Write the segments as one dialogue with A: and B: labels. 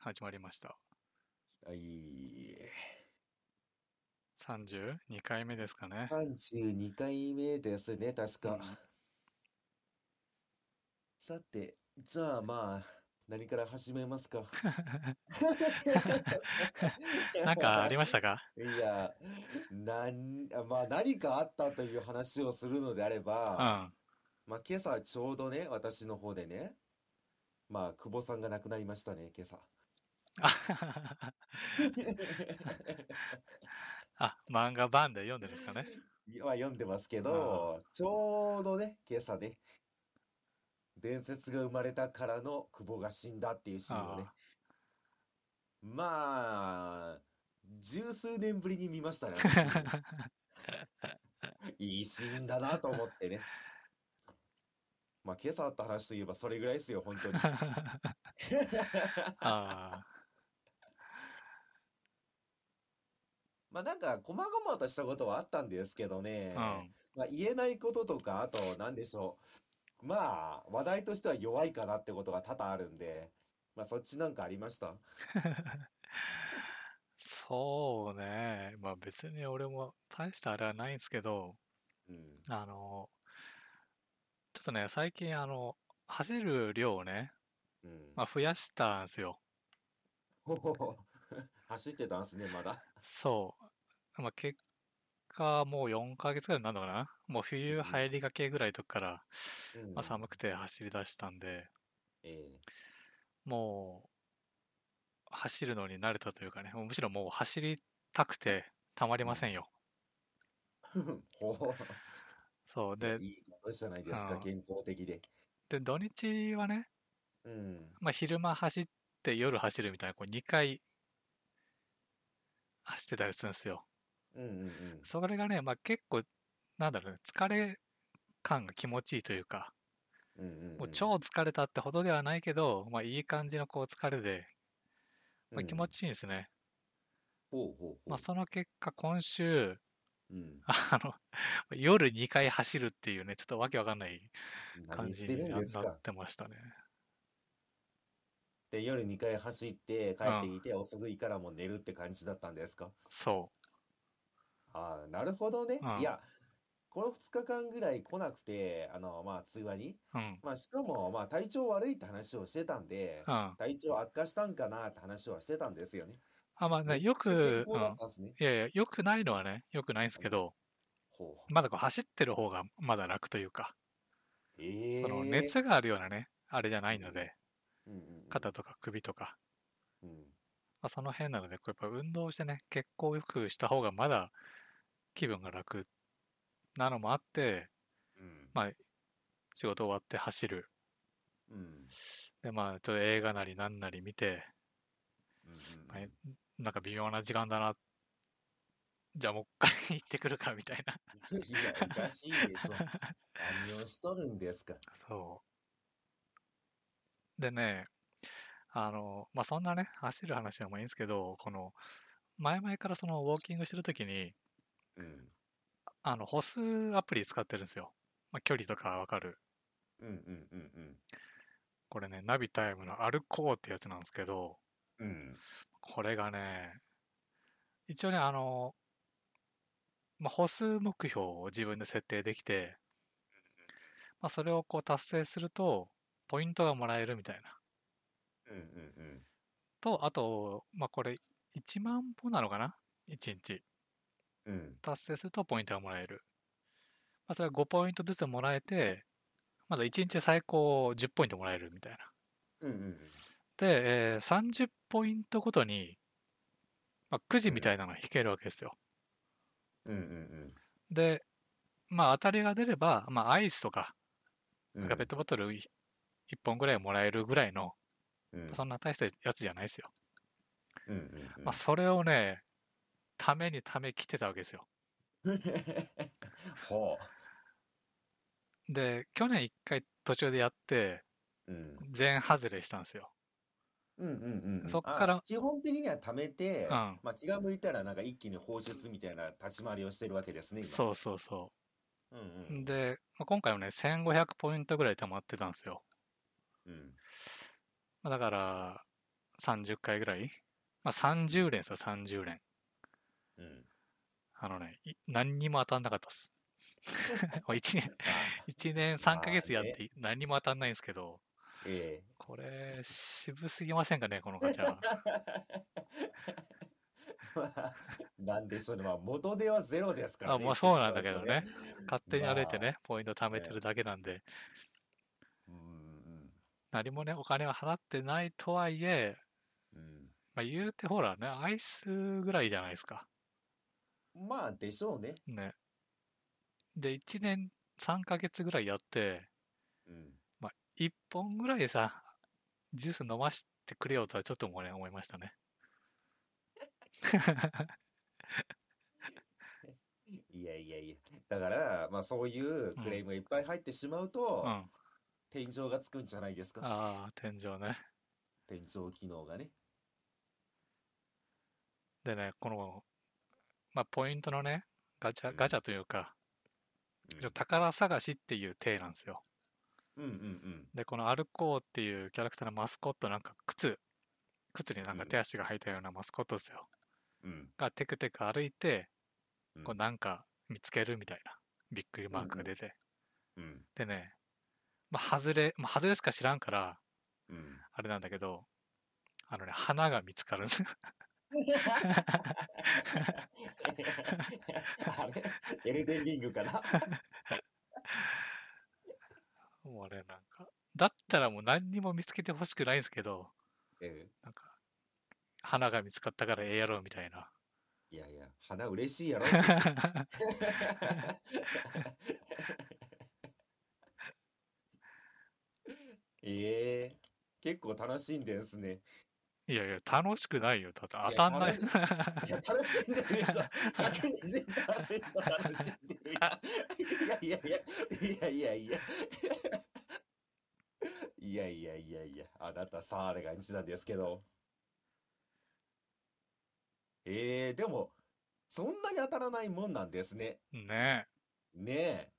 A: 始まりました。
B: はい。
A: 32回目ですかね。
B: 32回目ですね、確
A: う
B: か。
A: ん
B: さて、じゃあまあ、何から始めますか。
A: なんかありましたか
B: いや、なん、あまあ何かあったという話をするのであれ
A: うん。
B: ば、
A: あ
B: まあ今朝ちょうどね、私の方でね、まあ久保さんが亡くなりましたね、今朝。
A: あ、漫画版で読んでるんですかね。
B: は読んでますけど、ちょうどね、今朝ね、伝説が生まれたからの久保が死んだっていうシーンをね、
A: あ
B: まあ、十数年ぶりに見 ましたね、私いいシーンだなと思ってね。まあ、今朝あった話といえばそれぐらいですよ、本 当に。
A: あ
B: まあ、なんか、細々としたことはあったんですけどね、
A: あ、うん。
B: まあ、言えないこととか、あと、なんでしょう。まあ、話題としては弱いかなってことが多々あるんで、まあ、そっちなんかありました
A: そうね。まあ別に俺も大したあれはないんですけど、
B: うん。
A: あの、ちょっとね、最近あの、走る量をね、
B: うん。
A: まあ、増やしたんですよ。
B: ほほほ。 走ってたんすね、まだ。
A: そう。まあ、結果、もう4ヶ月ぐらいになるのかなもう冬
B: うん
A: 入りがけぐらいとかから、
B: う
A: まあ、
B: ん。
A: 寒くて走り出したんで、
B: ええ。
A: もう走るのに慣れたというかね、もうむしろもう走りたくてたまりませんよ。
B: ほ ほ。
A: そう。
B: いや
A: で
B: い、いことじゃないですか、
A: うん
B: 健康的で。
A: で土日はね、
B: うん。
A: まあ、昼間走って夜走るみたいな、こう2回走ってたりするんですよ。
B: うんうんうん。
A: それがね、まあ、結構、なんだろうね、疲れ感が気持ちいいというか、
B: うんうん
A: もう
B: うん。
A: 超疲れたってほどではないけど、まあ、いい感じのこう疲れで、まあ、気
B: う
A: 持
B: ん。
A: ちいいんですね。
B: ほうほうほ
A: ま
B: う。
A: あ、その結果、今週、
B: うん。
A: あの、夜2回走るっていうね、ちょっとわけわかんない感
B: 何し
A: じ
B: てる
A: に
B: ん
A: な
B: で
A: な
B: すか
A: ってましたね。
B: で、夜2回走って帰
A: うん
B: ってきて遅いからもう寝るって感じだったんですか
A: そ
B: ああ、なるほどね
A: う。ん。
B: いや、この2日間ぐらい来なくて、あの、まあ、通話に。
A: うん。
B: まあ、しかも、まあ、体調悪いって話をしてたんで、
A: うん。あ、
B: 体調悪化したんかなって話はしてたんですよね。
A: まあ、
B: め
A: ね、
B: っ
A: よ
B: ちゃ健
A: く、うん。
B: 康だったんですね。
A: いやいや、よくないのはね、よくないんです
B: う
A: け
B: ん
A: ど、
B: ほう。
A: まだこう走ってる方がまだ楽というか、その
B: ええ
A: 熱があるようなね、あれじゃないので、
B: うんうん
A: 肩とか首とか、
B: うんうん。
A: まあ、その辺なので、こうやっぱ運動してね、血行を良くした方がまだ気分が楽なのもあって、
B: うん。
A: まあ、仕事終わって走る。
B: うん。
A: で、まあ、ちょっと映画なりなんなり見て、
B: うんうん
A: まあなんか微妙な時間だな。じゃあもう一回 行ってくるかみたいな。
B: うんいや、お かしいでしょ。何をしとるんですか。
A: そう。でね、あの、まあそんなね、走る話はもういいんですけど、この、前々からそのウォーキングしてるときに、
B: うん。
A: あの、歩数アプリ使ってるんですよ。まあ距離とかわかる。
B: うんうんうん
A: これね、ナビタイムの歩こうってやつなんですけど、
B: うん。うん。
A: これがね、一応ね、あの、まあ、歩数目標を自分で設定できて、まあ、それをこう達成すると、ポイントがもらえるみたいな。
B: うんうんうん。
A: と、あと、まあ、これ、1万歩なのかな ?1 日。
B: うん。
A: 達成するとポイントがもらえる。まあ、それは5ポイントずつもらえて、まだ1日最高10ポイントもらえるみたいな。
B: うんうん
A: で、えー30ポイントごとに、まあ、くじ
B: う
A: み
B: ん。
A: たいなのが引けるわけですよ。
B: うんうん
A: で、まあ、当たりが出れば、まあ、アイスとか、
B: うん。
A: な
B: うん
A: かペッ
B: ん
A: トボトル1本ぐらいもらえるぐらいの、
B: うんうん
A: そんな大したやつじゃないですよ。
B: うんうんう
A: まあ、
B: ん。
A: それをね、ためにためきてたわけですよ。
B: ほ
A: で、去年1回途中でやって、
B: う。うん
A: 全外れしたんですよ。
B: うんうんうんう
A: そ
B: ん。
A: っか
B: あ、
A: ら、
B: 基本的には貯め
A: う
B: て、
A: ん、
B: まあ、気が向いたらなんか一気に放出みたいな立ち回りをしてるわけですね、今。
A: そうそうそ
B: うんう
A: う。
B: ん
A: で、まあ、今回はね、1500ポイントぐらい貯まってたんですよ。
B: うん。うん。
A: まあ、だから、 30回ぐらい、まあ、30連ですよ、30連。
B: うん。
A: あのね、い何にも当たんなかったっす。もう1年、
B: あ
A: 1年3ヶ月やってい何にも当たんないんですけど、
B: え
A: これ、渋すぎませんかね、このガチャ。
B: え。まあ、なんでそれ、まあ、元手はゼロですから
A: あ
B: ね。
A: まあそうなんだけどね
B: 言ってし
A: 勝手に歩いて
B: ま
A: ね、ポイント貯めてるだけなんで、
B: まうとね。
A: 何もね、お金は払ってないとはいえ、
B: うんうん
A: まあ、言うてほらね、アイスぐらいじゃないですか。
B: うん。まあ、でしょうね。
A: ね。で、1年3ヶ月ぐらいやって、
B: うん。
A: 1本ぐらいさ、ジュース飲ましてくれよとはちょっともうね、思いましたね。
B: いやいやいや。だから、まあ、そういうクレームがいっぱい入ってしまう
A: う
B: と
A: ん。、あ
B: 天井がつくんじゃないですか。
A: あ、天井ね。
B: 天井機能がね。
A: でね、この、まあ、ポイントのね、ガチ
B: う
A: ャ、
B: ん
A: ガチャというか、
B: うん
A: 宝探しっていう体なんですよ。
B: うんうん
A: で、このアルコーっていうキャラクターのマスコット、なんか靴、靴になんか
B: うん
A: 手足が生えたようなマスコットですよ。
B: うん。うん
A: がテクテク歩いて、
B: うん。
A: こうなんか見つけるみたいな、びっくりマークが出て。
B: うん
A: でね、まあ、外れ、まあ、外れしか知らんから、
B: うん。
A: あれなんだけど、あのね、花が見つかるんですよ。
B: あれエルデンリングかな
A: もうね、なんか。だったらもう何にも見つけてほしくないんですけど、
B: うん
A: なんか、花が見つかったからええやろみたい な。
B: いやいや、花嬉しいやろ。 ええ結構楽しんでんすね。
A: いやいや、楽しくないよ。だって
B: や
A: 当たんない。
B: 楽いや楽しんでるよ。120%楽しんでるよ。いやいやいや、いやいやいや。いやいやいやいや、あなたさあれが日なんですけど。えー、でも、そんなに当たらないもんなんですね。
A: ね
B: ねえ。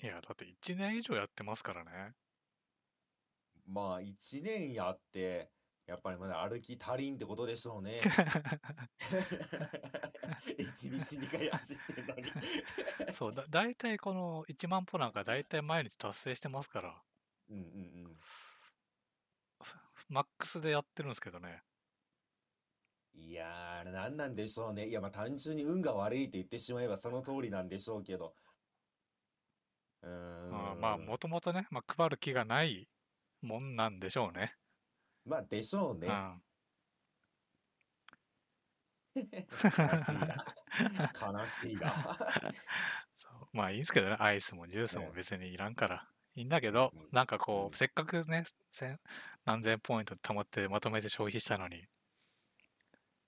A: え。いや、だって1年以上やってますから ね。
B: まあ、一年やって、やっぱりまだ歩き足りんってことでしょうね。一日二回走ってんのに。
A: そうだ、大体この1万歩なんか大体毎日達成してますから、
B: うんうんうん。
A: マックスでやってるんですけどね。
B: いやー、あれ何なんでしょうね。いや、まあ単純に運が悪いって言ってしまえばその通りなんでしょうけど。うー。
A: うんん、まあ、もともとね、まあ、配る気がないもんなんでしょうね。
B: まあでしょう
A: う
B: ね。
A: ん。
B: 悲 しいな。悲しいな。
A: そうまあいいんですけどね、アイスもジュースも
B: ね
A: 別にいらんから。いいんだけど
B: うん、
A: なんかこ
B: うん
A: う、せっかくね、千何千ポイント貯まってまとめて消費したのに、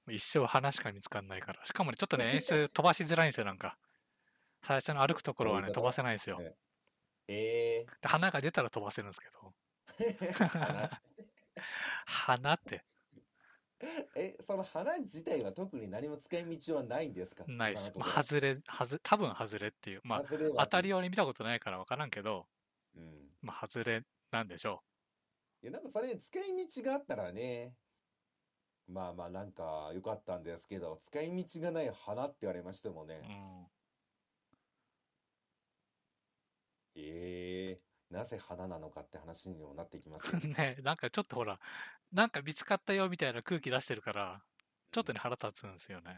A: 一生花しか見つかんないから。しかもね、ちょっとね、演出飛ばしづらいんですよ、なんか。最初の歩くところは
B: どう
A: ね、
B: いうこと
A: 飛ばせないんですよ。
B: ねえ
A: で花が出たら飛ばせるんですけど。
B: ー、花
A: 花って
B: え、その花自体は特に何も使い道はないんですか
A: ないで
B: 今の
A: す。
B: と
A: ま
B: ころ
A: あ、外れ、外多分外れっていう。まあ、
B: 外れ
A: 当
B: は
A: たりを見たことないから分からんけど、
B: うん。
A: まあ、外れなんでしょ
B: いや、なんかそれ使い道があったらね、まあまあなんか良かったんですけど、使い道がない花って言われましてもね
A: う。う、ん。
B: ええなぜ花なのかって話にもなってきます よね。
A: ね、なんかちょっとほら、なんか見つかったよみたいな空気出してるから、ちょっとね、腹立つんですよね。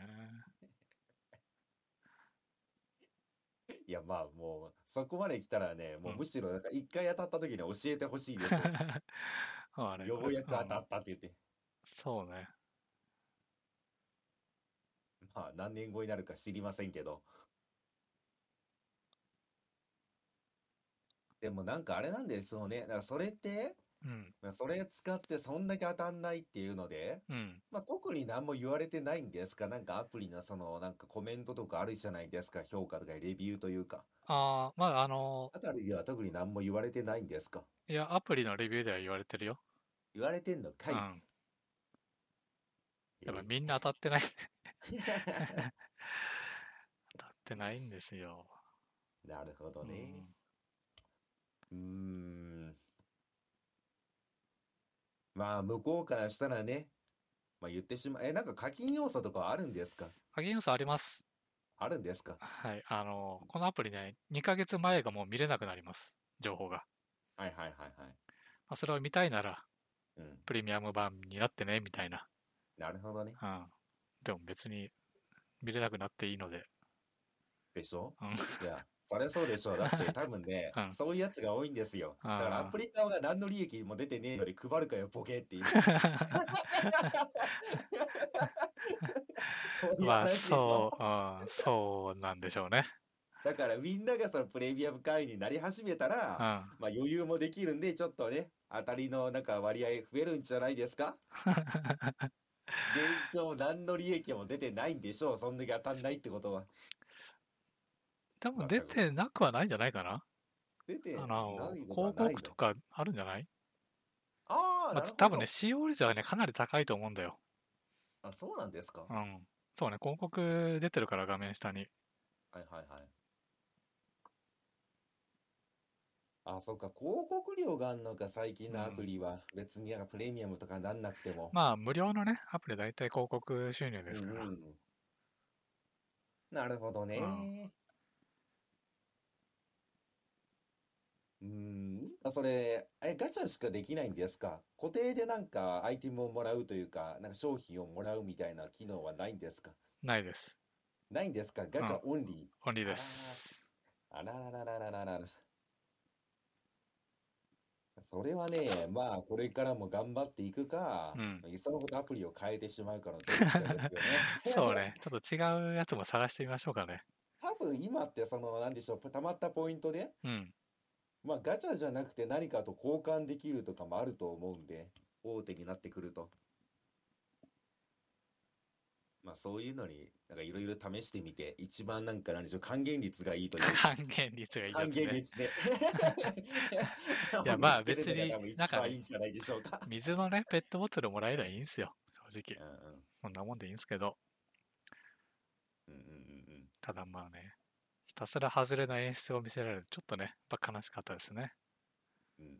B: いや、まあもう、そこまで来たらね、もうむしろなんか一回当たった時に教えてほしい ですよ。
A: まあね
B: ようやく当た
A: うん
B: ったって言って、
A: そうね。
B: まあ何年後になるか知りませんけど。でもなんかあれなんですよね。だからそれって、
A: うん。
B: まあそれ使ってそんだけ当たんないっていうので、
A: うん。
B: まあ、特に何も言われてないんですかなんかアプリのそのなんかコメントとかあるじゃないですか評価とかレビューというか。
A: ああ、まあ、あの、
B: あたりでは特に何も言われてないんですか
A: いや、アプリのレビューでは言われてるよ。
B: 言われてんのかい、
A: うん。やっぱ
B: え
A: みんな当た ってない。
B: ー
A: 当たってないんですよ。
B: なるほど
A: う
B: ね。
A: ん
B: うーん。まあ向こうからしたらね、まあ言ってしまえ、なんか課金要素とかはあるんですか
A: 課金要素あります。
B: あるんですか
A: はい。あの、このアプリね、2ヶ月前がもう見れなくなります。情報が。
B: はいはいはいはい。
A: まあ、それを見たいなら、
B: うん。
A: プレミアム版になってね、みたいな。
B: なるほどね。
A: うん。でも別に、見れなくなっていいので。
B: でしょ
A: うん。
B: いや、それそうでしょう。だって多分ね
A: う、ん
B: そういうやつが多いんですよ。だから
A: あー
B: アプリ側が何の利益も出てねえのに配るかよ、ボケっ ていう。そういう
A: まあ、
B: 話でしょ
A: そう、うん、そうなんでしょうね。
B: だからみんながそのプレミアム会員になり始めた
A: うん。
B: ら、
A: ま
B: まあ余裕もできるんで、ちょっとね、当たりのなんか割合増えるんじゃないで すか現状何の利益も出てないんでしょう。そんだけ当たんないってことは。
A: 多分出てなくはないんじゃないかな。
B: 出てない
A: あ
B: こ
A: の、広
B: とはな
A: 告
B: いの
A: とかあるんじゃない
B: ああ、
A: ま
B: な
A: あ
B: るほど
A: 多分ね、使用率はね、かなり高いと思うんだよ。
B: あ、そうなんですか。
A: う
B: はい
A: ん。そうね、広告出てるから、画面下に。
B: はいはい。あ、そっか。広告料があんのか、最近のアプリは。別になんかプレミアムとかなんなくても。
A: まあ、無料のね、アプリ大体広告収入ですから。
B: うんうんなるほどね。うん。あそれ、え、ガチャしかできないんですか固定でなんかアイテムをもらうというか、なんか商品をもらうみたいな機能はないんですか
A: ないです。
B: ないんですかガチャオンリ
A: オンリー
B: ー。
A: で
B: あ
A: す。
B: らあららららららら。それ はね、まあ、これからも頑張っていくか、
A: うん。
B: いっそのことアプリを変えてしまうかのどっちかですよね
A: そうね、ちょっと違うやつも探してみましょうかね。
B: 多分今ってその何でしょうたまったポイントで、
A: うん。
B: まあ、ガチャじゃなくて何かと交換できるとかもあると思うんで大手になってくるとまあそういうのになんかいろいろ試してみて一番なんか何でしょう還元率がいいという
A: 還
B: か
A: 元率がいいや
B: 還
A: つ
B: 元
A: ね。
B: 率で
A: い やまあ
B: 見つけるのが多
A: 別
B: 分
A: になんか
B: 一番いいんじゃないでしょうか、
A: 水のね、ペットボトルもらえりゃいいんすよ。正
B: う
A: 直。
B: んうん
A: こんなもんでいいんすけど。
B: うんうんうんうん
A: ただまあね、ひたすら外れの演出を見せられる。ちょっとね、やっぱ悲しかったですね。。
B: うんうん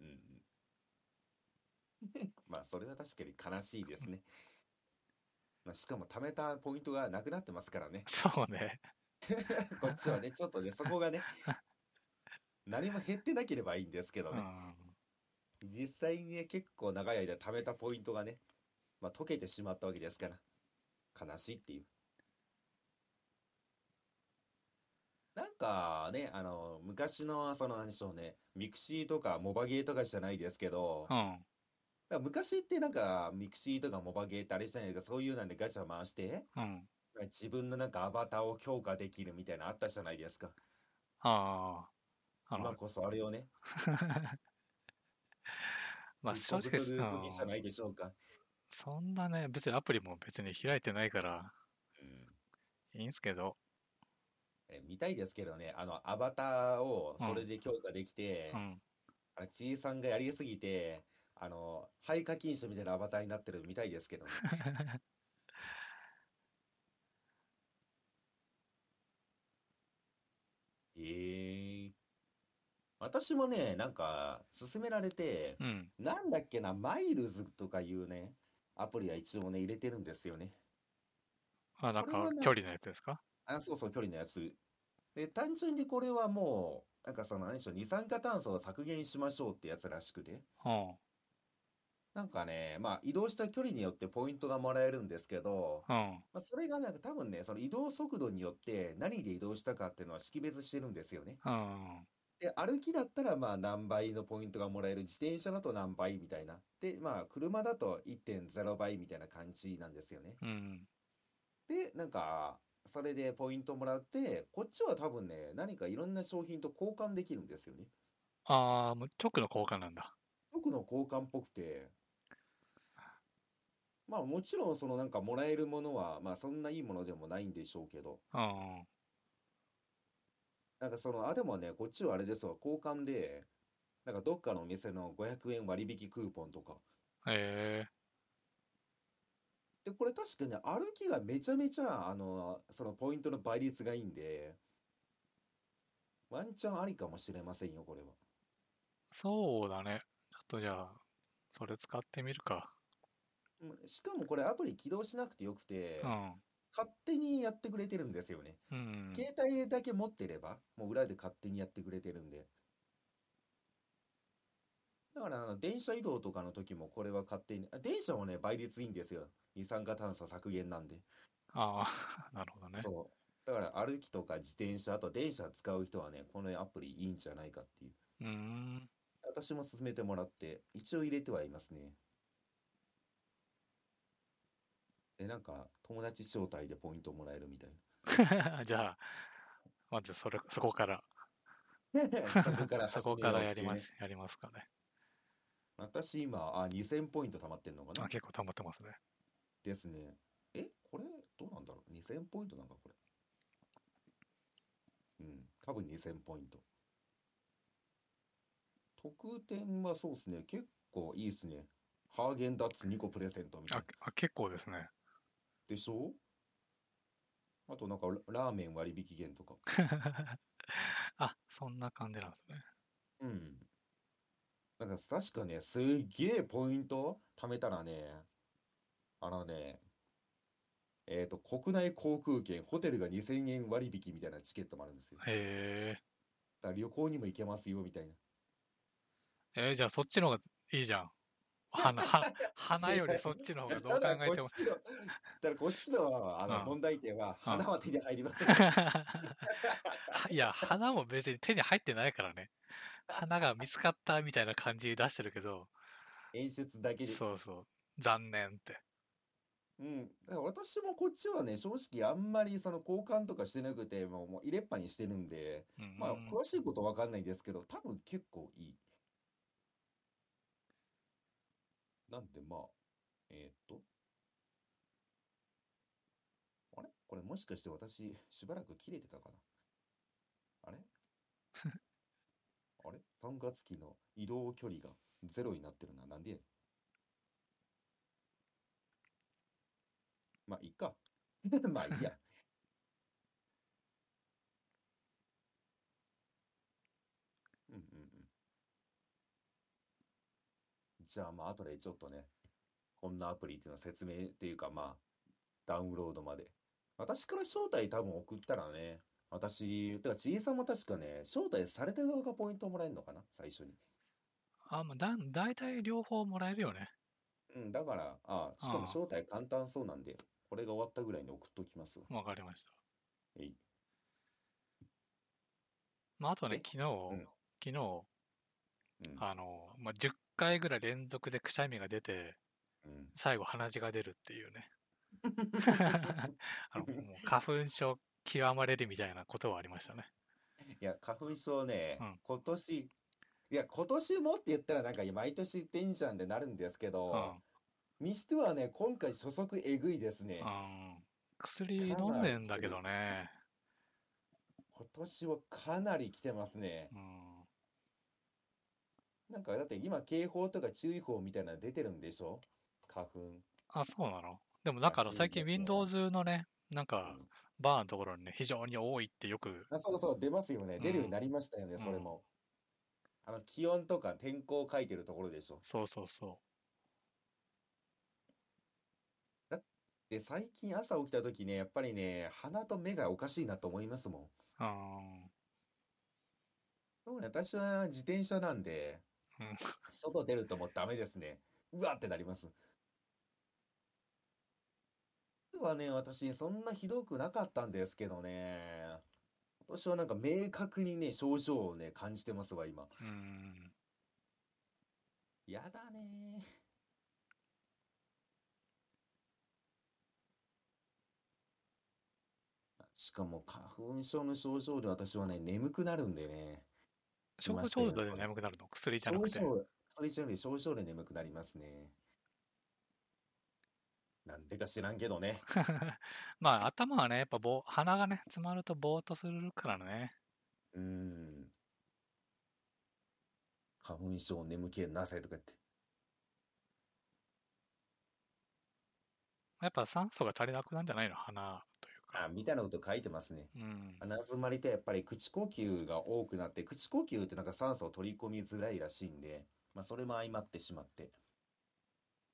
B: うんまあそれは確かに悲しいですね。まあ、しかも貯めたポイントがなくなってますからね
A: そうね。
B: こっちはね、ちょっとね、そこがね、何も減ってなければいいんですけど
A: う
B: ね。
A: ん。
B: 実際にね、結構長い間貯めたポイントがね、まあ、溶けてしまったわけですから、悲しいっていう。なんかね、あの、昔の、その何でしょうね、ミクシーとかモバゲーとかじゃないですけ
A: う
B: ど、
A: ん。
B: だから昔ってなんかミクシーとかモバゲーってあれじゃないですかそういうなんでガチャ回して
A: うん。
B: 自分のなんかアバターを強化できるみたいなのあったじゃないですか
A: ああ。あ
B: 今
A: の、
B: こそあれをね
A: まあ
B: 復
A: 正
B: 刻
A: 直
B: する
A: うん
B: 時じゃないでしょうか、
A: そんなね、別にアプリも別に開いてないから、
B: うん
A: いいんすけど。
B: え見たいですけどねあのアバターをそれで強化できて、
A: うん。
B: あのちいさんがやりすぎてあの廃課金者みたいなアバターになってるみたいです けどねえー私もねなんか勧められて
A: うん。
B: なんだっけな、マイルズとかいうね、アプリは一応ね、入れてるんですよね。
A: あ、なん
B: これ
A: か
B: はね
A: 距離のやつですか
B: あ、そうそう、距離のやつ。で、単純にこれはもう、なんかその、何でしょう、二酸化炭素を削減しましょうってやつらしくて。
A: うん。
B: なんかね、まあ、移動した距離によってポイントがもらえるんですけど、
A: うん。
B: まあ、それがなんか多分ね、その移動速度によって何で移動したかっていうのは識別してるんですよね。
A: うん。
B: で、歩きだったらまあ何倍のポイントがもらえる、自転車だと何倍みたいな。で、まあ、車だと1.0倍みたいな感じなんですよね。
A: うん。
B: で、なんか、それでポイントもらって、こっちは多分ね、何かいろんな商品と交換できるんですよね。
A: ああ、もう直の交換なんだ。
B: 僕の交換っぽくて、まあもちろんそのなんかもらえるものは、まあそんないいものでもないんでしょうけど、
A: うん。
B: なんかその、あ、でもね、こっちはあれですわ、交換で、なんかどっかのお店の500円割引クーポンとか。
A: ええ
B: で、これ確かに歩きがめちゃめちゃ、あの、そのポイントの倍率がいいんで、ワンチャンありかもしれませんよ、これは。
A: そうだね。ちょっとじゃあ、それ使ってみるか。
B: うんしかもこれアプリ起動しなくてよくて、
A: うん。
B: 勝手にやってくれてるんですよね。
A: うん。
B: 携帯だけ持ってれば、もう裏で勝手にやってくれてるんで。だから、あの、電車移動とかの時もこれは勝手に、あ電車もね、倍率いいんですよ。二酸化炭素削減なんで。
A: ああ、 なるほどね。
B: そう。だから、歩きとか自転車、あと電車使う人はね、このアプリいいんじゃないかっていう。
A: うーん。
B: 私も勧めてもらって、一応入れてはいますね。で、なんか、友達招待でポイントもらえるみたいな。
A: じゃあ、まずそれ、そこから、
B: そこから
A: そ
B: 始
A: こ
B: めよ
A: から
B: うっ
A: やり
B: ていう
A: ま
B: ね。
A: す、やりますかね。
B: 私今、あ、2000ポイント貯まってんのか
A: あ
B: な
A: 結構溜まってますね。
B: ですね。え、これ、どうなんだろう ?2000 ポイントなんかこれ。うん、多分2000ポイント。特典はそうですね。結構いいですね。ハーゲンダッツ2個プレゼントみたい
A: あ
B: な。
A: あ結構ですね。
B: でしょあとなんかララーメン割引券とか。
A: あ、そんな感じなんですね。
B: うん。なんか確かね、すっげえポイント貯めたらね、あのね、えっと、国内航空券、ホテルが2000円割引みたいなチケットもあるんですよ。
A: へ
B: だから旅行にも行けますよ、みたいな。
A: え。えーじゃあそっちの方がいいじゃん。花、 は花よりそっちの方がどう
B: ただ
A: 考え
B: こ
A: ても
B: っ。ちの、だからこっちの、あ
A: うん
B: の問題点は、
A: うん
B: 花は手に入りません。
A: はいや、花も別に手に入ってないからね。花が見つかったみたいな感じ出してるけど、
B: 演出だけで。
A: そうそう、残念って。
B: うん。だから私もこっちはね、正直あんまりその交換とかしてなくて、もう、もう入れっぱにしてるんで、
A: うんうん
B: まあ、詳しいことわかんないですけど、多分結構いい。なんで、まあ、えーっと。あれこれもしかして私、しばらく切れてたかな あれあれ ?3 月期の移動距離がゼロになってるな。なんでやねんまあ、いいか。 まあ、いいや。うんうんうん。じゃあまあ後でちょっとね、こんなアプリっていうのは説明っていうかまあ、ダウンロードまで。私から招待多分送ったらね、私、てかちいさんも確かね、招待された側がポイントもらえるのかな、最初に。
A: あ、まあ、だ、大体両方もらえるよね。
B: うん、だから、ああ、しかも
A: ああ
B: 招待簡単そうなんで、これが終わったぐらいに送っときますわ。
A: わかりました。
B: えい。
A: まあ、あとね
B: え、
A: 昨日、
B: うん
A: 昨日、
B: うん、
A: あの、まあ、10回ぐらい連続でくしゃみが出て、
B: うん。
A: 最後鼻血が出るっていう ね。あの、もう花粉症極まれるみたいなことはありましたね。
B: いや、花粉症ね
A: うん、
B: 今年、いや、今年もって言ったらなんか毎年言ってんじゃんってなるんですけ
A: う
B: ど
A: ん、。
B: にしてはね、今回初速えぐいですね。
A: うん薬飲
B: か
A: ん
B: なり
A: でんだけどね。
B: 今年はかなり来てますね。
A: うん。
B: なんかだって今警報とか注意報みたいなの出てるんでしょ花粉。
A: あ、そうなのでもだから
B: らしい
A: 最近
B: ですよ
A: Windows のね、なん
B: う
A: か
B: ん
A: バーのところにね、非常に多いってよく、
B: あ、そうそう、出ますよね。出るようになりましたよね、
A: ん
B: それも。あの、気温とか天候を書いてるところでしょ。
A: そうそうそ
B: で、最近朝起きた時ね、やっぱりね、鼻と目がおかしいなと思いますもん。
A: う。うん。
B: そうね、私は自転車なんで
A: うん、
B: 外出るともうダメですね。うわってなります。はね、私、そんなひどくなかったんですけどね、今年はなんか明確にね、症状をね、感じてますわ、今。
A: うん。
B: やだねしかも、花粉症の症状で私はね、眠くなるんでね、
A: 症
B: ましたよ
A: 状で眠くなるの薬じゃな
B: 症
A: くて。
B: 状、それ以上に症状で眠くなりますね。なんでか知らんけ どね。
A: まあ頭はね、やっぱぼー鼻がね、詰まるとぼーっとするからね。
B: うーん。花粉症眠気なせとか言って。
A: やっぱ酸素が足りなくなるんじゃないの鼻という
B: あ、
A: か。
B: みたいなこと書いてますね。
A: うん。
B: 鼻づまりとやっぱり口呼吸が多くなって、口呼吸ってなんか酸素を取り込みづらいらしいんで、まあそれも相まってしまって。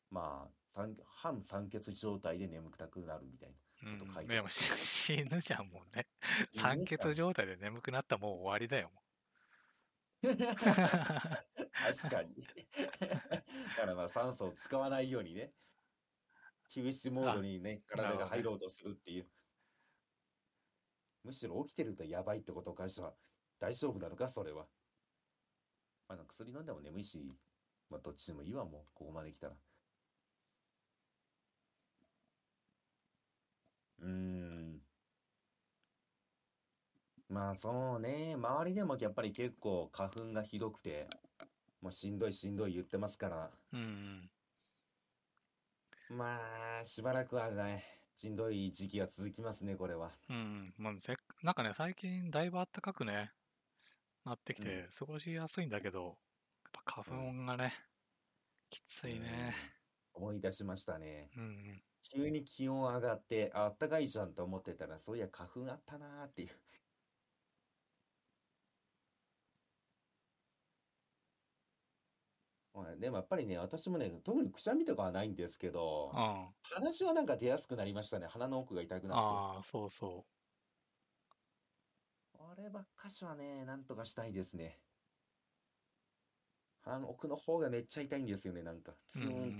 B: まあ、酸半酸欠状態で眠くたくなるみたいな。
A: うん
B: ちょっと書い、て
A: いやもう死死ぬじゃんも うね。
B: いい
A: 酸
B: ね
A: 欠状態で眠くなったらもう終わりだよ。も う
B: 確かに。だからまあ酸素を使わないようにね、休止モードにね、
A: あなるほど
B: 体が
A: ね
B: 入ろうとするっていう。むしろ起きてるとやばいってことを関しては大丈夫なのか、それは。まあ、なんか薬飲んでも眠いし、まあ、どっちでもいいわ、もう、ここまで来たら。うーん。まあそうね、周りでもやっぱり結構花粉がひどくて、もうしんどいしんどい言ってますから、
A: うん。
B: まあしばらくはね、しんどい時期が続きますね、これは。
A: うん。もうぜなんかね、最近だいぶ暖かくね、なってき
B: う
A: て、過ごしやすいんだけど、やっぱ花粉がね、きついね。
B: うん。思い出しましたね。
A: うんうん。
B: 急に気温上がって、ああったかいじゃんと思ってたら、そういや花粉あったなーっていう。 まあでもやっぱりね、私もね、特にくしゃみとかはないんですけど、
A: あ
B: 鼻血はなんか出やすくなりましたね。鼻の奥が痛くなって。
A: あー、そうそ
B: あればっかしはね、なんとかしたいですね。あの奥の方がめっちゃ痛いんですよね、なんか。ツーンって
A: うんうんうん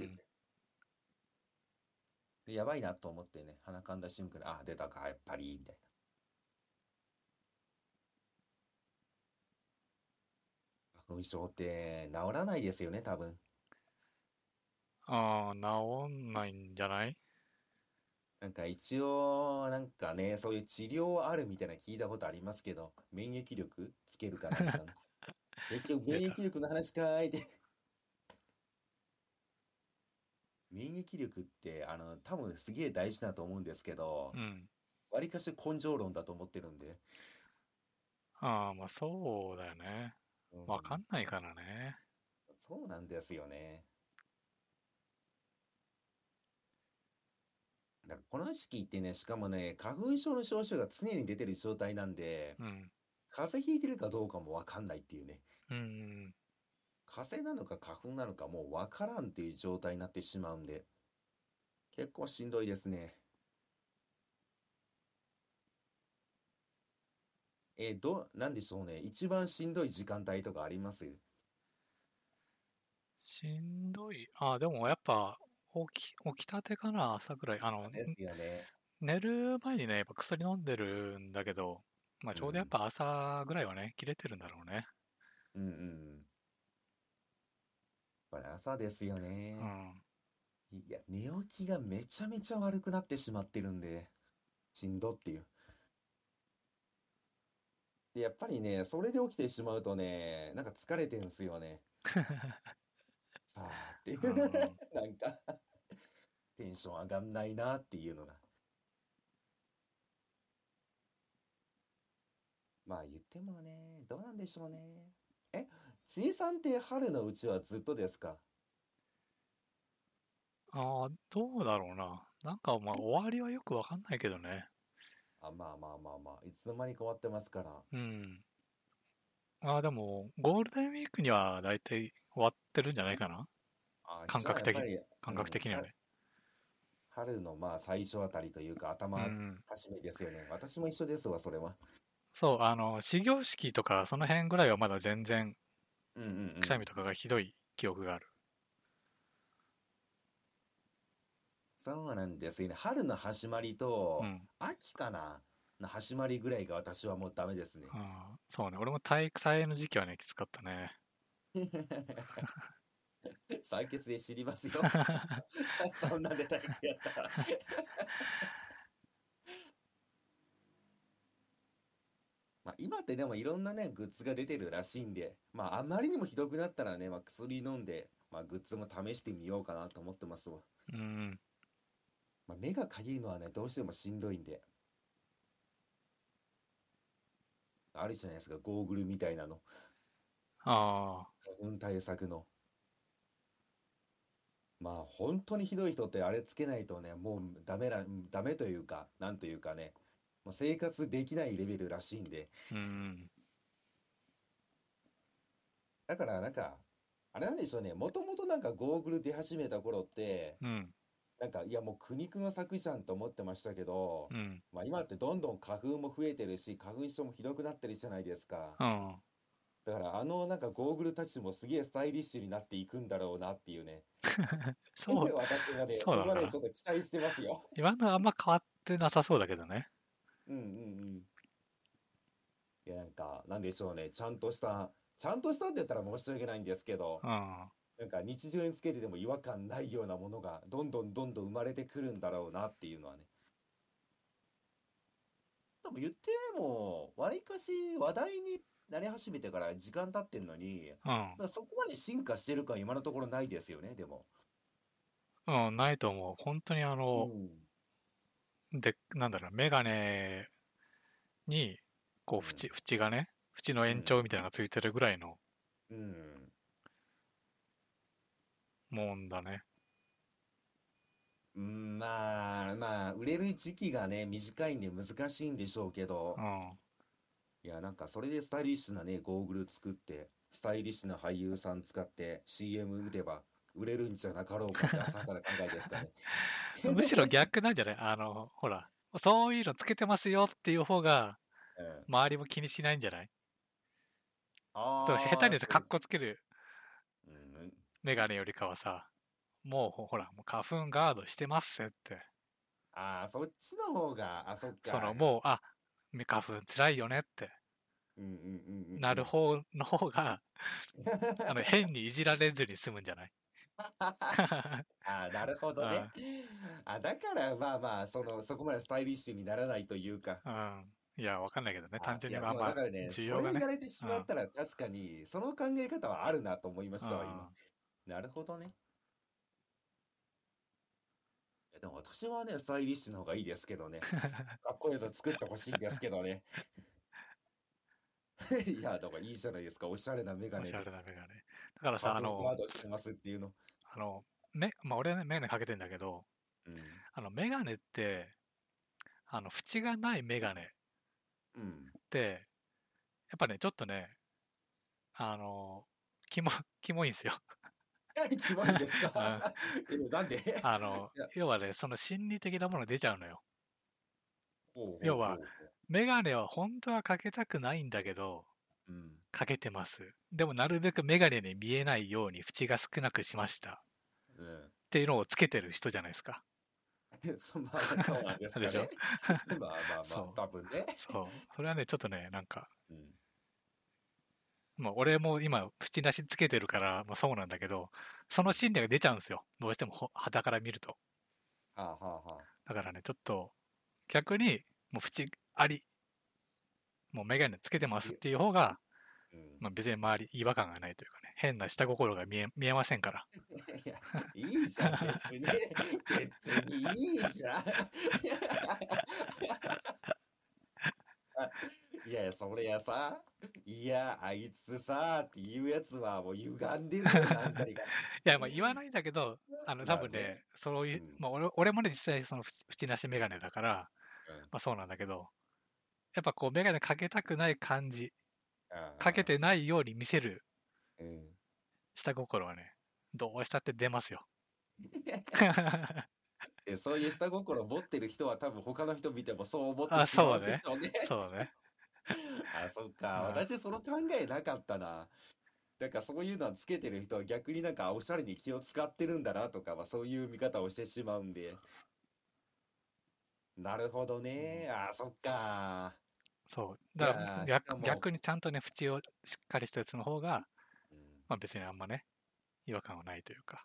B: でやばいなと思ってね、鼻かんだ瞬間に、あ、出たか、やっぱり、みたいな。花粉症って治らないですよね、多分。
A: う。ああ、治んないんじゃない
B: なんか一応、なんかね、そういう治療あるみたいなの聞いたことありますけど、免疫力つけるかなん かの。結局、
A: 出
B: 免
A: た
B: 疫力の話かーいって。免疫力って、あの、多分すげえ大事だと思うんですけど
A: う、ん。
B: わりかし根性論だと思ってるんで。
A: ああ、まあそうだよね。
B: うん
A: わかんないからね。
B: そうなんですよね。だからこの時期ってね、しかもね、花粉症の症状が常に出てる状態なんで、
A: うん。
B: 風邪ひいてるかどうかもわかんないっていうね。
A: うんうん。
B: 風邪なのか花粉なのかもうわからんっていう状態になってしまうんで、結構しんどいですね。えーど、なんでしょうね。一番しんどい時間帯とかあります
A: しんどい。ああ、でもやっぱ、起き、起きたてかな、朝ぐらい。あの、
B: ですよね。
A: 寝る前にね、やっぱ薬飲んでるんだけど、まあちょうどやっぱ朝ぐらいはね、切れてるんだろうね。
B: うんうん。これ朝ですよね
A: う。 ん。
B: いや、寝起きがめちゃめちゃ悪くなってしまってるんで、しんどっていう。で、やっぱりね、それで起きてしまうとね、なんか疲れてんすよね。ああって、
A: うん
B: なんか、テンション上がんないなっていうのが。まあ言ってもね、どうなんでしょうね。え、ちえさんって春のうちはずっとですか
A: ああ、どうだろうな。なんかまあ終わりはよくわかんないけどね。
B: あ、まあまあまあまあ、いつの間にか終わってますから。
A: うん。ああ、でも、ゴールデンウィークには大体終わってるんじゃないかな
B: あ
A: 感
B: じゃあ
A: 覚
B: やっぱ
A: 的
B: り
A: 感覚的にはね。
B: うん春のまあ最初あたりというか
A: う
B: 頭
A: ん。
B: 始めですよね。私も一緒ですわ、それは。
A: そう、あの、始業式とか、その辺ぐらいはまだ全然、
B: うんうんうん。
A: くしゃみとかがひどい記憶がある。
B: そうなんですよね。春の始まりと
A: うん。
B: 秋かなの始まりぐらいが私はもうダメですね。
A: ああ、そうね。俺も体育祭の時期はね、きつかったね。
B: 酸欠で知りますよ。そんなんで体育やったら。まあ今ってでもいろんなね、グッズが出てるらしいんで、まああまりにもひどくなったらね、まあ薬飲んで、まあグッズも試してみようかなと思ってますわ。
A: うん。
B: まあ目がかゆいのはね、どうしてもしんどいんで。あるじゃないですか、ゴーグルみたいなの。
A: あ
B: 花粉対策の。まあ本当にひどい人ってあれつけないとね、もうダメら、ダメというか、なんというかね、もう生活できないレベルらしいんで、
A: あ、うん。
B: だからなんか、あれなんでしょうね、もともとなんかゴーグル出始めた頃って、
A: うん、なん
B: なんかいやもう苦肉の策じゃんと思ってましたけど
A: う、ん、
B: まあ、今ってどんどん花粉も増えてるし、花粉症もひどくなってるじゃないですか。
A: うん。
B: だからあのなんかゴーグルたちもすげえスタイリッシュになっていくんだろうなっていうね。
A: そう、
B: 私はね、
A: そうだ
B: れはね、
A: な
B: ちょっと期待してますよ。
A: 今のあんま変わってなさそうだけどね。
B: うんうんうん。いや、なんか、なんでしょうね。ちゃんとした、ちゃんとしたって言ったら申し訳ないんですけど
A: う、ん、
B: なんか日常につけてても違和感ないようなものが、どんどんどんどん生まれてくるんだろうなっていうのはね。でも言っても、わりかし話題になり始めてから時間経ってんのに、
A: うん
B: だからそこまで進化してる感今のところないですよね、でも。、
A: うん、ないと思う。本当にあ
B: う
A: の、
B: ん。
A: で、なんだろう、メガネに、こ
B: うん
A: う、縁、縁がね、縁の延長みたいなのがついてるぐらいの
B: うん。
A: もんだね。
B: うん、まあ、まあ、売れる時期がね、短いんで難しいんでしょうけど
A: う、ん、
B: いや、なんかそれでスタイリッシュなね、ゴーグル作って、スタイリッシュな俳優さん使って CM 打てば売れるんじゃなかろうかって浅はかな考えですかね。
A: むしろ逆なんじゃないあの、ほら、そういうのつけてますよっていう方が、
B: うん。
A: 周りも気にしないんじゃない
B: あ
A: その下手に
B: あ、
A: さ、
B: そ
A: か
B: う
A: っこつける
B: うん、
A: メガネよりかはさ、もうほほら、もう花粉ガードしてますって。
B: ああ、そっちの方が、あ、そっ
A: そ
B: か。
A: の、もう、あ、花粉つらいよねって
B: うんうんうんうんうん
A: なる方の方 が、あの、変にいじられずに済むんじゃない
B: あーなるほどね。あ、だからまあまあ、その、そこまでスタイリッシュにならないというか。
A: うん。いや、わかんないけどね。
B: あ
A: 単純に
B: いや
A: まあ
B: でも
A: ま
B: だ
A: あ
B: から、ね、
A: 需要が
B: それ
A: ね
B: 言。われてしまったら確かに、その考え方はあるなと思いましたわ、今。なるほどね。いやでも私はね、スタイリッシュの方がいいですけど ね。かっこいいの作ってほしいんですけどね。いや、でもいいじゃないですか。おしゃれなメ
A: う
B: ガ
A: ん。お
B: ネ
A: し
B: で
A: ゃ。れなメガネ。だからさ、
B: カ
A: あ
B: フンガ
A: の
B: ー、ドしてますっていうの。
A: あの、め、まあ俺はね、メガネかけてんだけど、
B: うん。
A: あの、メガネって、あの、縁がないメガネっ
B: うん。
A: て、やっぱね、ちょっとね、あの、キモ、 キモいんですよ。
B: キモいですか えなんで
A: あの
B: いや、
A: 要はね、その心理的なものが出ちゃうのよ。
B: ほうほうほう
A: 要はメガネは本当はかけたくないんだけど、
B: うん。
A: かけてます。でもなるべくメガネに見えないように縁が少なくしました。っ
B: うん。
A: ていうのをつけてる人じゃないですか。
B: そまあ、そうなんですかね。
A: でしょ
B: まあまあま
A: そう
B: あ、多分ね。
A: そう。それはね、ちょっとね、なんか、
B: うん。
A: まあ、俺も今、縁なしつけてるから、まあ、そうなんだけど、その心理が出ちゃうんですよ。どうしても、ほ肌から見ると。
B: はあはあはあ。
A: だからね、ちょっと、逆に、もう縁あり、もうメガネつけてますっていう方が、
B: うん。
A: まあ、別に周り違和感がないというかね、変な下心が見え見えませんから。
B: いや、いいじゃん、別に。別にいいじゃん。 いやいや、それやさ、いや、あいつさ、っていうやつはもう歪んでるよ、なん かりが。
A: いや、まあ言わないんだけど、あの、多分
B: まあ
A: ね、そういう
B: うん、
A: まあ俺俺もね、実際その縁縁なしメガネだから、まあそうなんだけど、やっぱこうメガネかけたくない感じ、かけてないように見せる
B: うん。うん
A: 下心はね、どうしたって出ますよ。
B: えそういう下心持ってる人は多分他の人見てもそう思って
A: あ
B: し
A: そ
B: ま
A: ううね
B: でしょうね。
A: そうね。
B: あ、そっか。
A: うん
B: 私その考えなかったな。だからそういうのはつけてる人は逆になんかおしゃれに気を使ってるんだなとか、まあ、そういう見方をしてしまうんで。なるほどね。あ、そっか。
A: そう。だか
B: いや
A: ら
B: ーしか
A: 逆
B: も
A: 逆にちゃんとね、縁をしっかりしたやつの方が、
B: うん
A: まあ別にあんまね、違和感はないというか、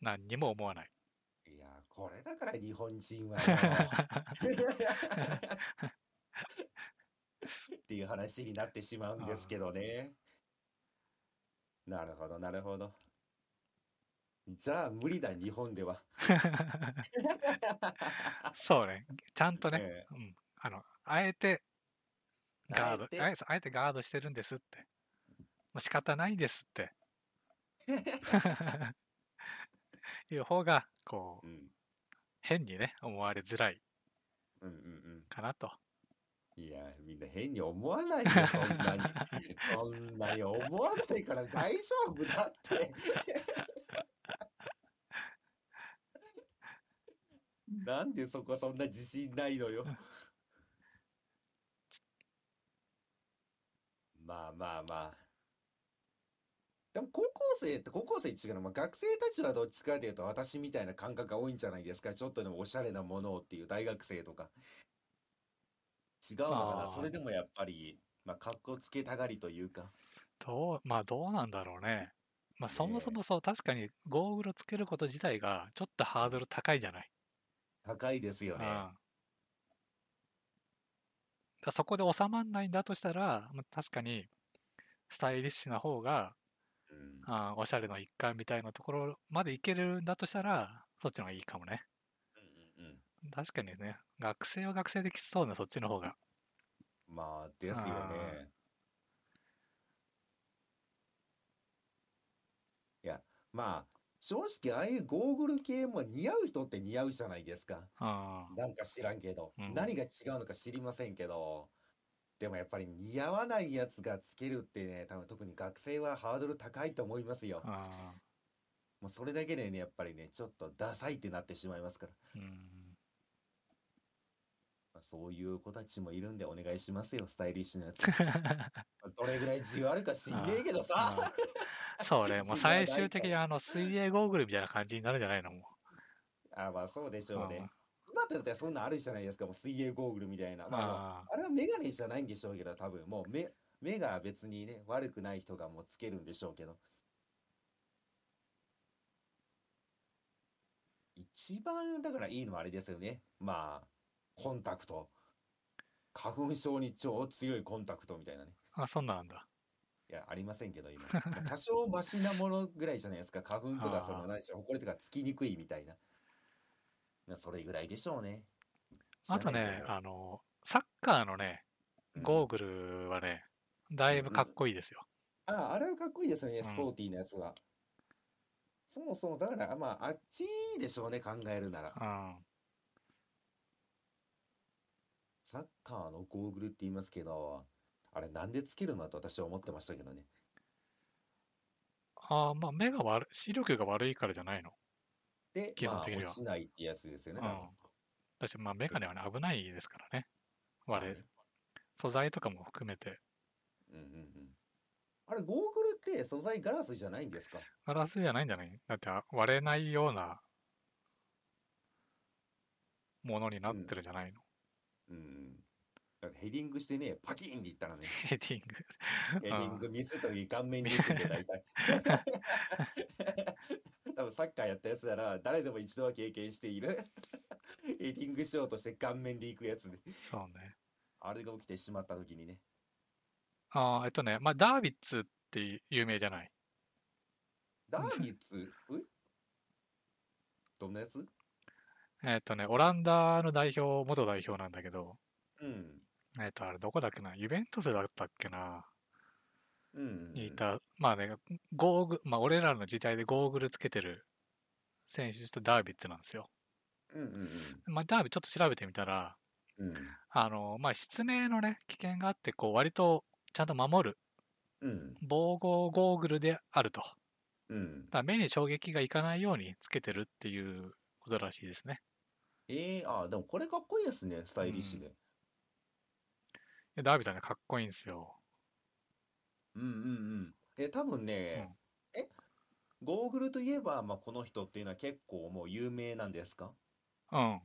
A: 何にも思わない。
B: いや、これだから日本人 はよっていう話になってしまうんですけどね。なるほど、なるほど。じゃあ無理だ、日本では。
A: そうね。ちゃんとね、
B: え
A: うん、あの、あえてガード
B: あえて
A: あえて、あえてガードしてるんですって。もう仕方ないです って。 いう方が、こ
B: え
A: う、変にね、思われづらい
B: うんうんうんうん。
A: かなと。
B: いや、みんな変に思わないよ、そんなに。そんなに思わないから大丈夫だって。なんでそこそんな自信ないのよ。まあまあまあ。でも高校生って高校生違うの、まあ、学生たちはどっちかというと私みたいな感覚が多いんじゃないですか。ちょっとでもおしゃれなものをっていう大学生とか。違うのかな。
A: あー
B: それでもやっぱり、まあ、格好つけたがりというか。
A: どう、まあどうなんだろうね。まあそもそ
B: ね
A: もそう、確かにゴーグルをつけること自体がちょっとハードル高いじゃない。
B: 高いですよ
A: うん。
B: ね。
A: だそこで収まんないんだとしたら、まあ確かにスタイリッシュな方が、
B: うん
A: あーおしゃれの一環みたいなところまでいけるんだとしたら、そっちの方がいいかもね。
B: うんうんうん
A: 確かにね、学生は学生できそうな、そっちの方が。
B: まあ、ですよね。いや、まあ、正直、ああいうゴーグル系も似合う人って似合うじゃないですか。
A: うん。
B: なんか知らんけど、
A: うん
B: 何が違うのか知りませんけど、でもやっぱり似合わないやつがつけるってね、多分特に学生はハードル高いと思いますよ。
A: あ
B: もうそれだけでね、やっぱりね、ちょっとダサいってなってしまいますから。
A: ーうん、
B: まあそういう子たちもいるんでお願いしますよ、スタイリッシュなや つ。どれぐらい需要あるか知んねえけどさ。
A: うんそれもう
B: それは
A: 最終的にあの水泳ゴーグルみたいな感じになるんじゃないのも
B: あまあそうでし
A: う
B: ょうね。今だったらそんなんあるじゃないですか、もう水泳ゴーグルみたいな。まああの
A: あ
B: あれはメガネじゃないんでしょうけど、多分もう目目が別にね、悪くない人がもうつけるんでしょうけど。一番だからいいのはあれですよね。まあ、コンタクト。花粉症に超強いコンタクトみたいなね。
A: ーあそんなんだ
B: いや、ありませんけど、今。まあ多少マシなものぐらいじゃないですか。花粉と
A: あ
B: か、
A: ー
B: その、何でしょう、埃とかつきにくいみたいな。まあそれぐらいでしょうね。
A: あと
B: 知らない
A: ね
B: けど
A: あのサッカーのねゴーグルはねだいぶかっこいいですよ、
B: ああ、あれはかっこいいですね、
A: ん
B: スポーティーなやつは。そもそも、だから、まあ、あっちでしょうね、考えるなら。
A: うん
B: サッカーのゴーグルって言いますけど、あれ、なんでつけるのと私は思ってましたけどね。
A: あーまあ目が悪い視力が悪いからじゃないの
B: で、
A: 基本
B: まあ、
A: 的には
B: 落ちないってやつですよね、
A: うん
B: 多分。
A: 私まあメガネはね危ないですからね
B: ま
A: あ
B: あ
A: れ
B: ね
A: 素材とかも含めて
B: うんうんうん。あれ、ゴーグルって素材ガラスじゃないんですか
A: ガラスじゃないんじゃないだってあ割れないようなものになってるんじゃないの、
B: うんうん。だってヘディングしてね、パキーンっていったらね、
A: ヘディング
B: ヘディングミスった時顔面に打つんで、大体。多分サッカーやったやつなら、誰でも一度は経験している。ヘディングしようとして顔面で行くやつで、
A: そうね。
B: あれが起きてしまった時にね。
A: ああ、えっとね、まあ、ダービッツって有名じゃない。
B: ダービッツ、うどんなやつ
A: えっとね、オランダの代表、元代表なんだけど、
B: うん。
A: えっと、あれ、どこだっけな、ユベントスだったっけな、
B: うん。
A: にい。た、まあね、ゴーグまあ、俺らの時代でゴーグルつけてる選手とダービッツなんですよ。
B: うんうん
A: まあ、ダービッツちょっと調べてみたら、
B: うん。
A: あの、まあ、失明のね、危険があって、こう、割と、ちゃんと守る
B: うん。
A: 防護ゴーグルであると。だか
B: うん。うん。
A: ら目に衝撃がいかないようにつけてるっていうことらしいですね。
B: ええー、あ、でもこれかっこいいですね、スタイリッシュで。
A: いやダービッツはね、かっこいいんですよ。
B: うんうんうん。え、多分ね、え、ゴーグルといえば、まあ、この人っていうのは結構もう有名なんですか
A: うん、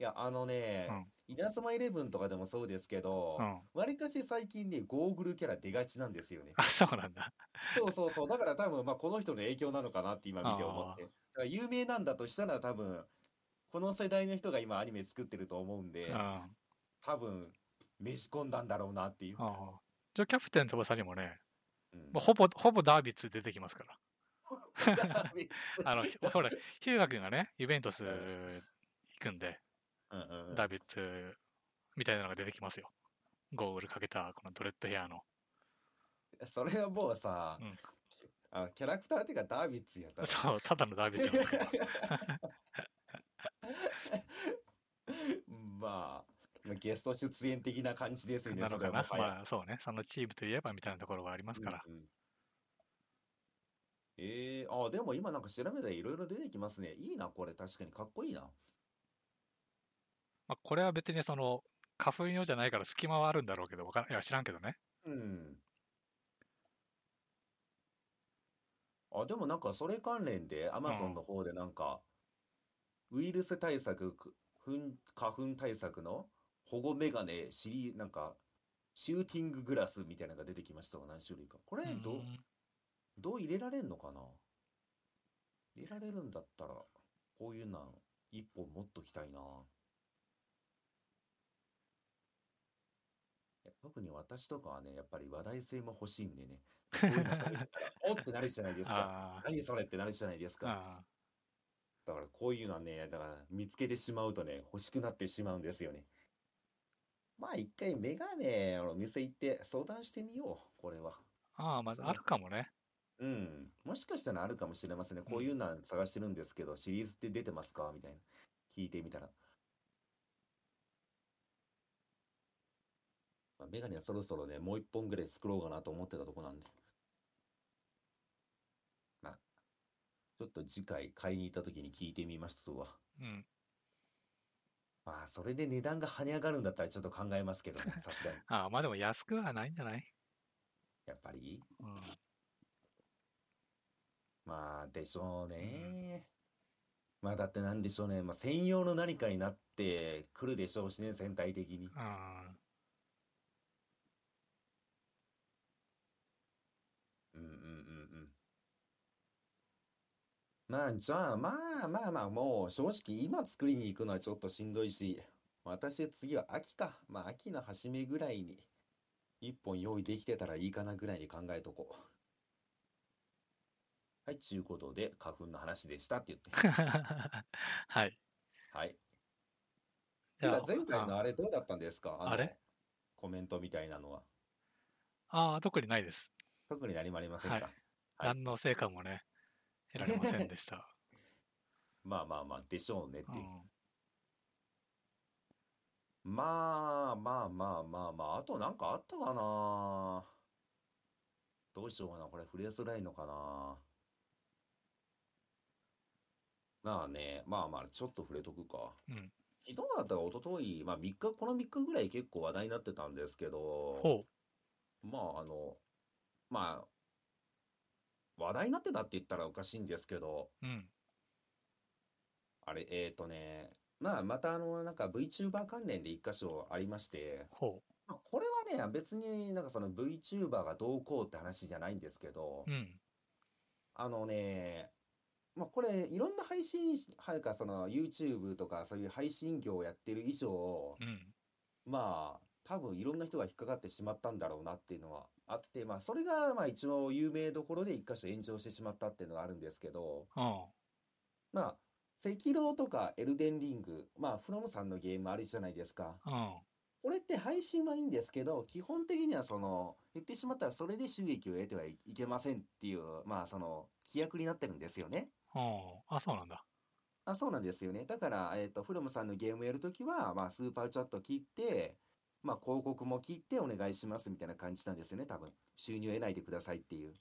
B: いや、あのね、
A: うん
B: 稲妻イレブンとかでもそうですけど
A: う、ん。
B: わりかし最近ね、ゴーグルキャラ出がちなんですよね。
A: あ、そうなんだ。
B: そうそうそう。だから多分、まあ、この人の影響なのかなって今見て思って。だから有名なんだとしたら多分、この世代の人が今アニメ作ってると思うん
A: う
B: で
A: ん。、あ
B: 多分、めし込んだんだろうなっていう。
A: あ。じゃあ、キャプテン翼にもね、
B: うん
A: もうほぼ、ほぼダービッツ出てきます から。あの、
B: ダ
A: ほら、ヒューガ君がね、ユベントス
B: うん
A: 行くんで、
B: うんうんうん
A: ダービッツみたいなのが出てきますよ。ゴーグルかけた、このドレッドヘアの。
B: それはもうさ
A: うん、
B: あのキャラクターっていうかダービッツやったら。
A: そう、ただのダービッツなんで すけど。
B: まあ、ゲスト出演的な感じですよね。
A: なのかな、
B: それはもは
A: ま
B: や
A: あそうね、そのチームといえばみたいなところはありますから、
B: うんうんえー、あー、でも今なんか調べたらいろいろ出てきますね。いいな、これ。確かにかっこいいな。
A: まあ、これは別にその花粉用じゃないから隙間はあるんだろうけど、わからんいや知らんけどね。
B: うん。あ、でもなんかそれ関連で Amazon の方でなんかウイルス対策、く粉花粉対策の保護メガネシリなんかシューティンググラスみたいなのが出てきましたわ。何種類か。これ
A: う
B: どう、
A: ん
B: どう入れられんのかな入れられるんだったら、こういうなん、一本持っときたいな。いや特に私とかはね、やっぱり話題性も欲しいんでね。こういうのが 出てきたらおってなるじゃないですか。
A: あー
B: 何それってなるじゃないですか。
A: あ
B: だからこういうのはね、だから見つけてしまうとね、欲しくなってしまうんですよね。まあ一回メガネ、あの店行って相談してみよう、これは。
A: ーあー、ま
B: そう
A: あ、あるかもね。
B: うん。もしかしたらあるかもしれませんね。こういうのは探してるんですけど、シリーズって出てますかみたいな。聞いてみたら。まあ、メガネはそろそろね、もう一本ぐらい作ろうかなと思ってたとこなんで。まあ、ちょっと次回買いに行った時に聞いてみますわ。
A: うん。
B: まあ、それで値段が跳ね上がるんだったらちょっと考えますけどね、さすがに。
A: ああ、まあでも安くはないんじゃない
B: やっぱり
A: うん。
B: まあでしょうね。まあだってなんでしょうね。まあ専用の何かになってくるでしょうしね、全体的に。
A: うん
B: うんうんうんうん。まあじゃあまあまあまあもう正直今作りに行くのはちょっとしんどいし、私次は秋か。まあ秋の初めぐらいに一本用意できてたらいいかなぐらいに考えとこう。はい、ちゅうことで花粉の話でしたって言って。
A: はい。
B: はい。
A: じ
B: な
A: ゃ
B: ん
A: あ
B: か、前回
A: あ
B: のあれどうだったんですかあの
A: あれ
B: コメントみたいなのは。
A: ああ、特にないです。
B: 特に何もありません
A: はい
B: かはい
A: 何の成果もね、得られませんで した。
B: まあまあまあ、でしょうねって
A: う。
B: いうんまあまあまあまあまあ、あとなんかあったかなどうしようかな。これ触れづらいのかなまあね、まあまあ、ちょっと触れとくか。
A: うん
B: 昨日だったか一昨日、まあ3日、この3日ぐらい結構話題になってたんですけど、
A: ほ
B: まあ、あの、まあ、話題になってたって言ったらおかしいんですけど、
A: う。うん。
B: あれ、えーとね、まあ、またあの、なんか VTuber 関連で一箇所ありまして、
A: ほ
B: まあ、これはね、別になんかその VTuber がどうこうって話じゃないんですけど
A: う。う、ん。
B: あのね、まあ、これ、いろんな配信、はか、その YouTube とかそういう配信業をやってる以上
A: う、ん。
B: まあ、多分いろんな人が引っかかってしまったんだろうなっていうのはあって、まあ、それが、まあ、一応有名どころで一箇所炎上してしまったっていうのがあるんですけど、
A: うん。
B: まあ、赤狼とかエルデンリング、まあ、フロムさんのゲームあれじゃないですか。
A: うん。
B: これって配信はいいんですけど、基本的にはその、言ってしまったらそれで収益を得てはいいけませんっていう、まあ、その、規約になってるんですよね。
A: うん。あ、そうなんだ。
B: あ、そうなんですよね。だから、えっと、フロムさんのゲームやるときは、まあ、スーパーチャット切って、まあ、広告も切ってお願いしますみたいな感じなんですよね、多分。収入を得ないでくださいっていう。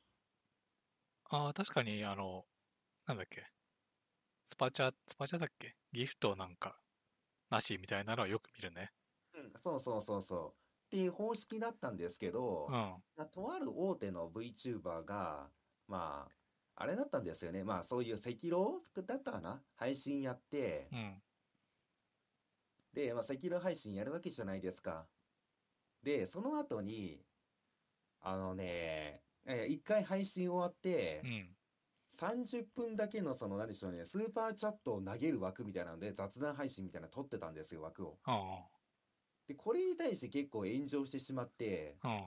A: ああ、確かに、あの、なんだっけ。スパチャ、スパチャだっけギフトなんか、なしみたいなのはよく見るね。
B: そうそうそうそう。っていう方式だったんですけど
A: う、ん。
B: まあとある大手の VTuber が、まあ、あれだったんですよね。まあ、そういう赤狼だったかな配信やって
A: う、ん。
B: で、まあ、赤狼配信やるわけじゃないですか。で、その後に、あのね、えー一回配信終わって
A: う、ん。
B: 30分だけのその何でしょうね、スーパーチャットを投げる枠みたいなので雑談配信みたいなの撮ってたんですよ、枠を。
A: うん。
B: で、これに対して結構炎上してしまって、
A: うん。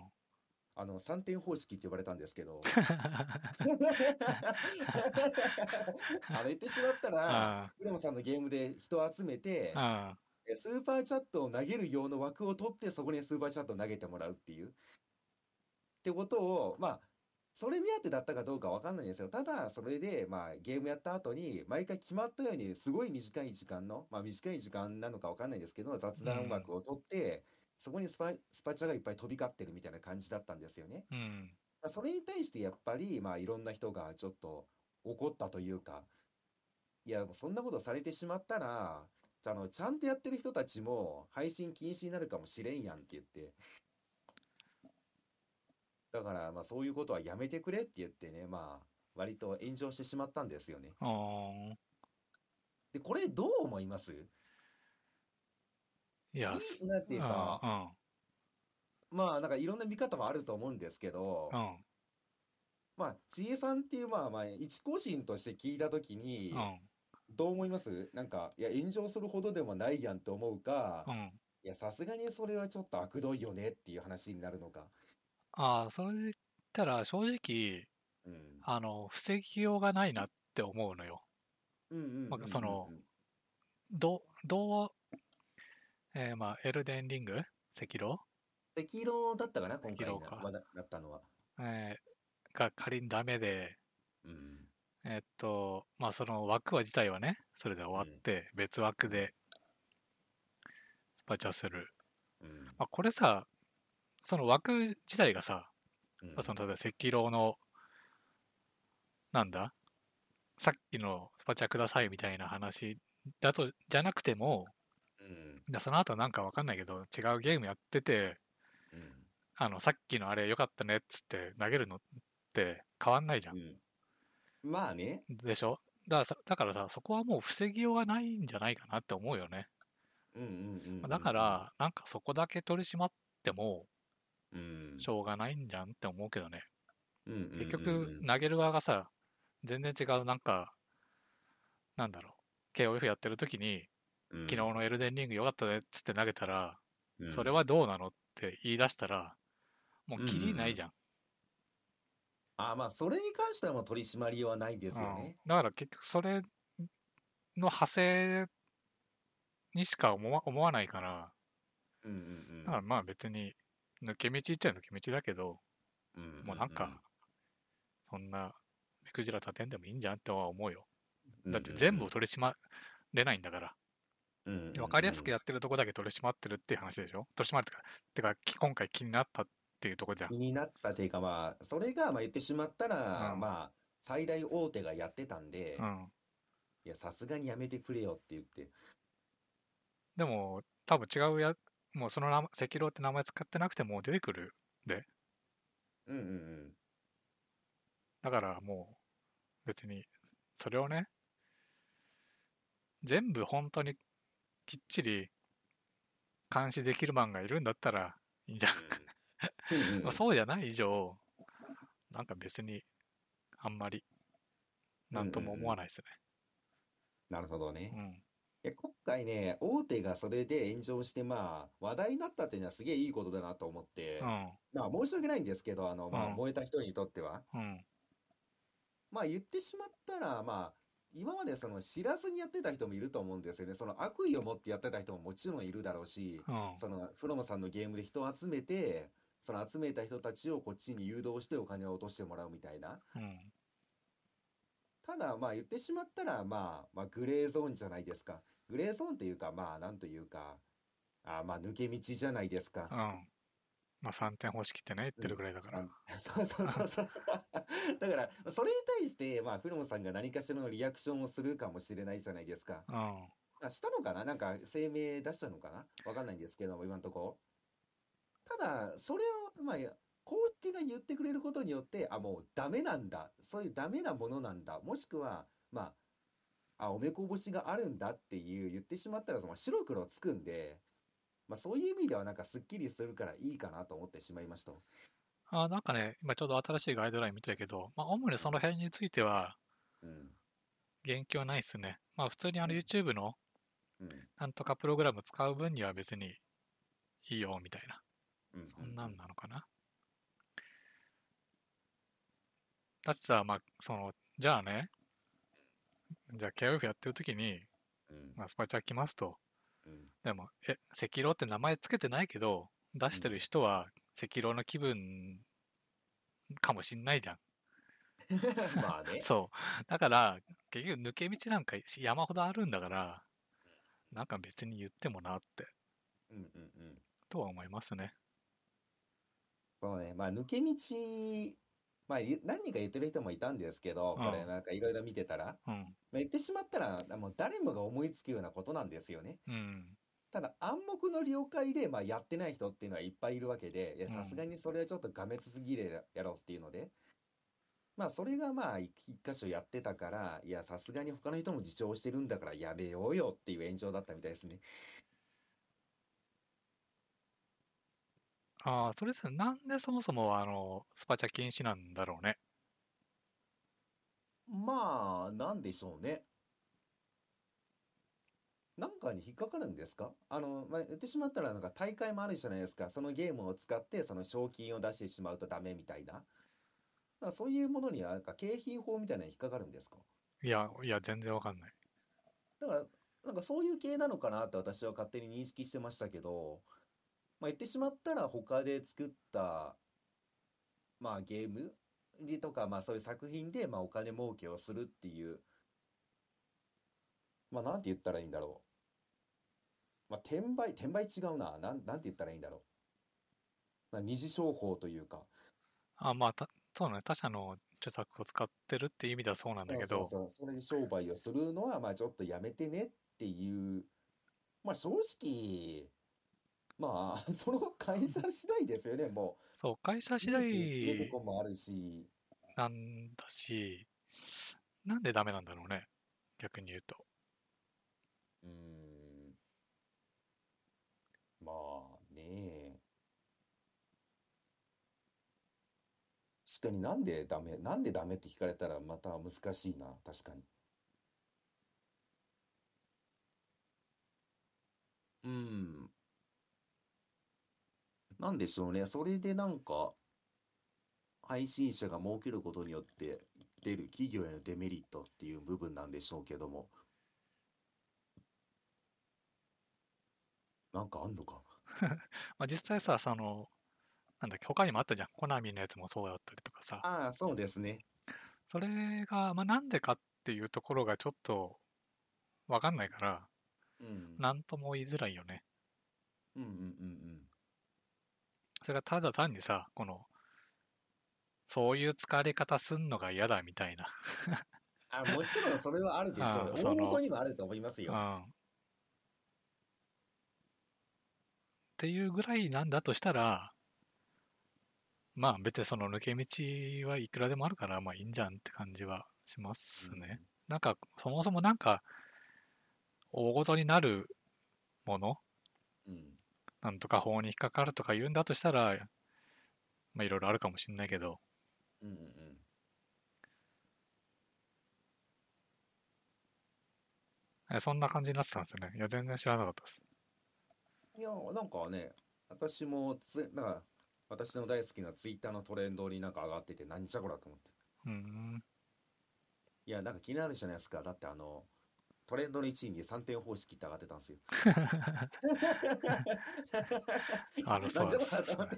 B: あの、3点方式って呼ばれたんです けど、あの言ってしまったら、
A: あ
B: フレモさんのゲームで人を集めて、
A: あ、
B: えスーパーチャットを投げる用の枠を取って、そこにスーパーチャットを投げてもらうっていう。ってことを、まあ、それ目当てだったかどうかわかんないんですよ。ただ、それで、まあ、ゲームやった後に、毎回決まったように、すごい短い時間の、まあ、短い時間なのかわかんないですけど、雑談枠を取って、そこにスパ、スパチャがいっぱい飛び交ってるみたいな感じだったんですよね。
A: うん。
B: まあそれに対してやっぱり、まあ、いろんな人がちょっと怒ったというか、いや、もうそんなことされてしまったら、あの、ちゃんとやってる人たちも配信禁止になるかもしれんやんって言って。だから、まあ、そういうことはやめてくれって言ってね、まあ、割と炎上してしまったんですよね。
A: あー
B: で、これどう思います
A: いや、
B: いいなっていうか、
A: あ
B: まあ、なんかいろんな見方もあると思うんですけど
A: う、ん、うん、
B: まあ、ちえさんっていう、まあまあ、一個人として聞いたときに、
A: うん、
B: どう思いますなんか、いや、炎上するほどでもないやんと思うか
A: う、ん。
B: いや、さすがにそれはちょっと悪どいよねっていう話になるのか。
A: ああ、それで言ったら正直、
B: うん。
A: あの、防ぎようがないなって思うのよ。
B: うんうんうん
A: まあ
B: うんうん
A: そのど、どう、えーまあ、エルデンリング赤狼、
B: 赤色だったかな、今回
A: 赤色か
B: な、まだ、だったのは。
A: えーが仮にダメで、
B: うん。
A: えっと、まあその枠は自体はね、それで終わって、別枠でスパチャする。
B: うん。
A: まあこれさ、その枠自体がさ、
B: うん
A: まあその例えば赤狼の、なんださっきのスパチャくださいみたいな話だと、じゃなくても、
B: うん。
A: いやその後なんかわかんないけど、違うゲームやってて、
B: うん。
A: あの、さっきのあれ良かったねっつって投げるのって変わんないじゃん
B: うんまあね。
A: でしょだからさだからさ、そこはもう防ぎようがないんじゃないかなって思うよね。
B: うんうんうんうんう
A: まあ
B: ん。
A: だから、なんかそこだけ取り締まっても
B: うん、
A: しょうがないんじゃんって思うけどね。
B: うんうんうんうん
A: 結局、投げる側がさ、全然違う、なんか、なんだろう、KOF やってる時に、
B: うん
A: 昨日のエルデンリング良かったねっつって投げたら、
B: うん
A: それはどうなのって言い出したら、もうキリないじゃん。
B: あまあそれに関してはもう取り締まりようはないですよ
A: うん
B: ね。
A: だから結局、それの派生にしか思わ思わないから、
B: うんうんうん
A: だからまあ別に抜け道っちゃ抜け道だけど、
B: うんうん
A: もうなんか、そんな目くじら立てんでもいいんじゃんとは思うよ。
B: うん
A: だって全部を取り締まれないんだから。
B: うんうんうん
A: 分かりやすくやってるとこだけ取り締まってるっていう話でしょ取り締まるってか、てかき今回気になったっていうとこじゃん
B: 気。になったというかまあそれがまあ言ってしまったら、
A: うん
B: まあ最大大手がやってたんで、
A: うん。
B: いやさすがにやめてくれよって言って
A: でも多分違うや、もうその名前、赤狼って名前使ってなくても出てくる。
B: うんうんうん
A: だからもう別に、それをね、全部本当にきっちり監視できるマンがいるんだったらいいんじゃん。
B: うんうん
A: まあ、そうじゃない以上、なんか別にあんまりなんとも思わないです
B: なるほど
A: ね。う
B: ね。
A: ん。
B: いや今回ね、大手がそれで炎上して、まあ、話題になったっていうのはすげえいいことだなと思って、
A: うん。
B: まあ、申し訳ないんですけど、あの、まあ、
A: うん
B: 燃えた人にとっては。
A: うん。
B: まあ言ってしまったら、まあ、今までその知らずにやってた人もいると思うんですよね。その悪意を持ってやってた人ももちろんいるだろうし、
A: うん。
B: そのフロムさんのゲームで人を集めて、その集めた人たちをこっちに誘導してお金を落としてもらうみたいな。
A: うん。
B: ただまあ言ってしまったら、まあ、まあグレーゾーンじゃないですか。グレーゾーンっていうか、まあなんというか、あーまあ抜け道じゃないですか
A: うん。。まあ3点方式ってね、言ってるぐらいだから。
B: そうそうそうそうそう。だから、それに対して、まあ、フロムさんが何かしらのリアクションをするかもしれないじゃないですか。
A: うん。
B: あしたのかななんか声明出したのかなわかんないんですけども、今のとこ。ただ、それを、まあ、公式が言ってくれることによって、あ、もうダメなんだ。そういうダメなものなんだ。もしくは、まあ、あ、おめこぼしがあるんだっていう、言ってしまったら、その白黒つくんで、まあ、そういう意味ではなんかすっきりするからいいかなと思ってしまいました。
A: あなんかね、今ちょうど新しいガイドライン見てるけど、まあ主にその辺については
B: うん。
A: 言及はないっすね。まあ普通にあの YouTube の
B: うん。
A: なんとかプログラム使う分には別にいいよみたいな。
B: う
A: そんなんなのかな。だってさ、まあ、その、じゃあね、じゃあ KOF やってる時に、
B: うん
A: まあ、スパチャ来ますと。
B: うん
A: でも、え、赤狼って名前つけてないけど、出してる人は赤狼の気分かもしんないじゃん。
B: まあね。
A: そう。だから、結局抜け道なんか山ほどあるんだから、なんか別に言ってもなって、
B: うんうんうん。
A: とは思いますね。
B: そうね。まあ、抜け道、まあ、ゆ何人か言ってる人もいたんですけど、こ
A: う
B: れ
A: ん
B: なんかいろいろ見てたら、まあ
A: うん。
B: 言ってしまったら、もう誰もが思いつくようなことなんですよね。
A: うん。
B: ただ暗黙の了解で、まあ、やってない人っていうのはいっぱいいるわけで、いや、
A: うん
B: さすがにそれはちょっとがめつすぎるやろっていうので、まあ、それがまあ、一一箇所やってたから、いや、さすがに他の人も自重してるんだからやめようよっていう延長だったみたいですね。
A: ああ、それですね。なんでそもそも、あの、スパチャ禁止なんだろうね。
B: まあ、なんでしょうね。なんかに引っかかるんですかあの、まあ、言ってしまったら、なんか大会もあるじゃないですか。そのゲームを使って、その賞金を出してしまうとダメみたいな。なんかそういうものには、なんか景品法みたいなのに引っかかるんですか
A: いや、いや、全然わかんない。
B: だから、なんかそういう系なのかなって私は勝手に認識してましたけど、まあ、言ってしまったら他で作った、まあ、ゲームでとか、まあ、そういう作品で、まあ、お金儲けをするっていう、まあ、なんて言ったらいいんだろう。まあ、転売、転売違うな。なん、なんて言ったらいいんだろう。まあ、二次商法というか。
A: あまあ、た、そうね。他社の著作を使ってるっていう意味ではそうなんだ
B: そう
A: け
B: そう
A: ど、
B: そう、それで商売をするのは、まあちょっとやめてねっていう、まあ正直、まあ、 その会社次第ですよね、も
A: そう、会社
B: う。
A: 次第
B: いいっていうとこもあるし、
A: なんだし、なんでダメなんだろうね。逆に言うと。
B: うーん、まあね、確かになんでダメ、なんでダメって聞かれたらまた難しいな、確かに。うん。なんでしょうね。それでなんか、配信者が儲けることによって出る企業へのデメリットっていう部分なんでしょうけども、なんかあんのか。
A: まあ、実際さ、その、なんだっけ、他にもあったじゃん。コナミのやつもそうだったりとかさ。
B: ああ、そうですね。
A: それが、まあ、なんでかっていうところがちょっとわかんないから、
B: うん。
A: なんとも言いづらいよね。
B: うんうんうん
A: それがただ単にさ、この、そういう使われ方すんのが嫌だみたいな。
B: あ、もちろんそれはあるでしょうね
A: あ。あそ
B: 大
A: の
B: 元にもあると思います
A: う
B: よ。
A: ん。っていうぐらいなんだとしたら、まあ別にその抜け道はいくらでもあるから、まあいいんじゃんって感じはしますね。なんか、そもそもなんか、大ごとになるもの、
B: うん。
A: なんとか法に引っかかるとか言うんだとしたら、まあいろいろあるかもしれないけど、
B: うんうんうん。
A: えそんな感じになってたんですよね。いや、全然知らなかったです。
B: いや、なんかね、私もつ、なんか、私の大好きなツイッターのトレンドになんか上がってて、なんじゃこらと思って。
A: うーん。
B: いや、なんか気になるじゃないですか。だってあの、トレンドの1位に3点方式って上がってたんですよ。
A: あ の
B: な
A: さ
B: んじゃこらと思って。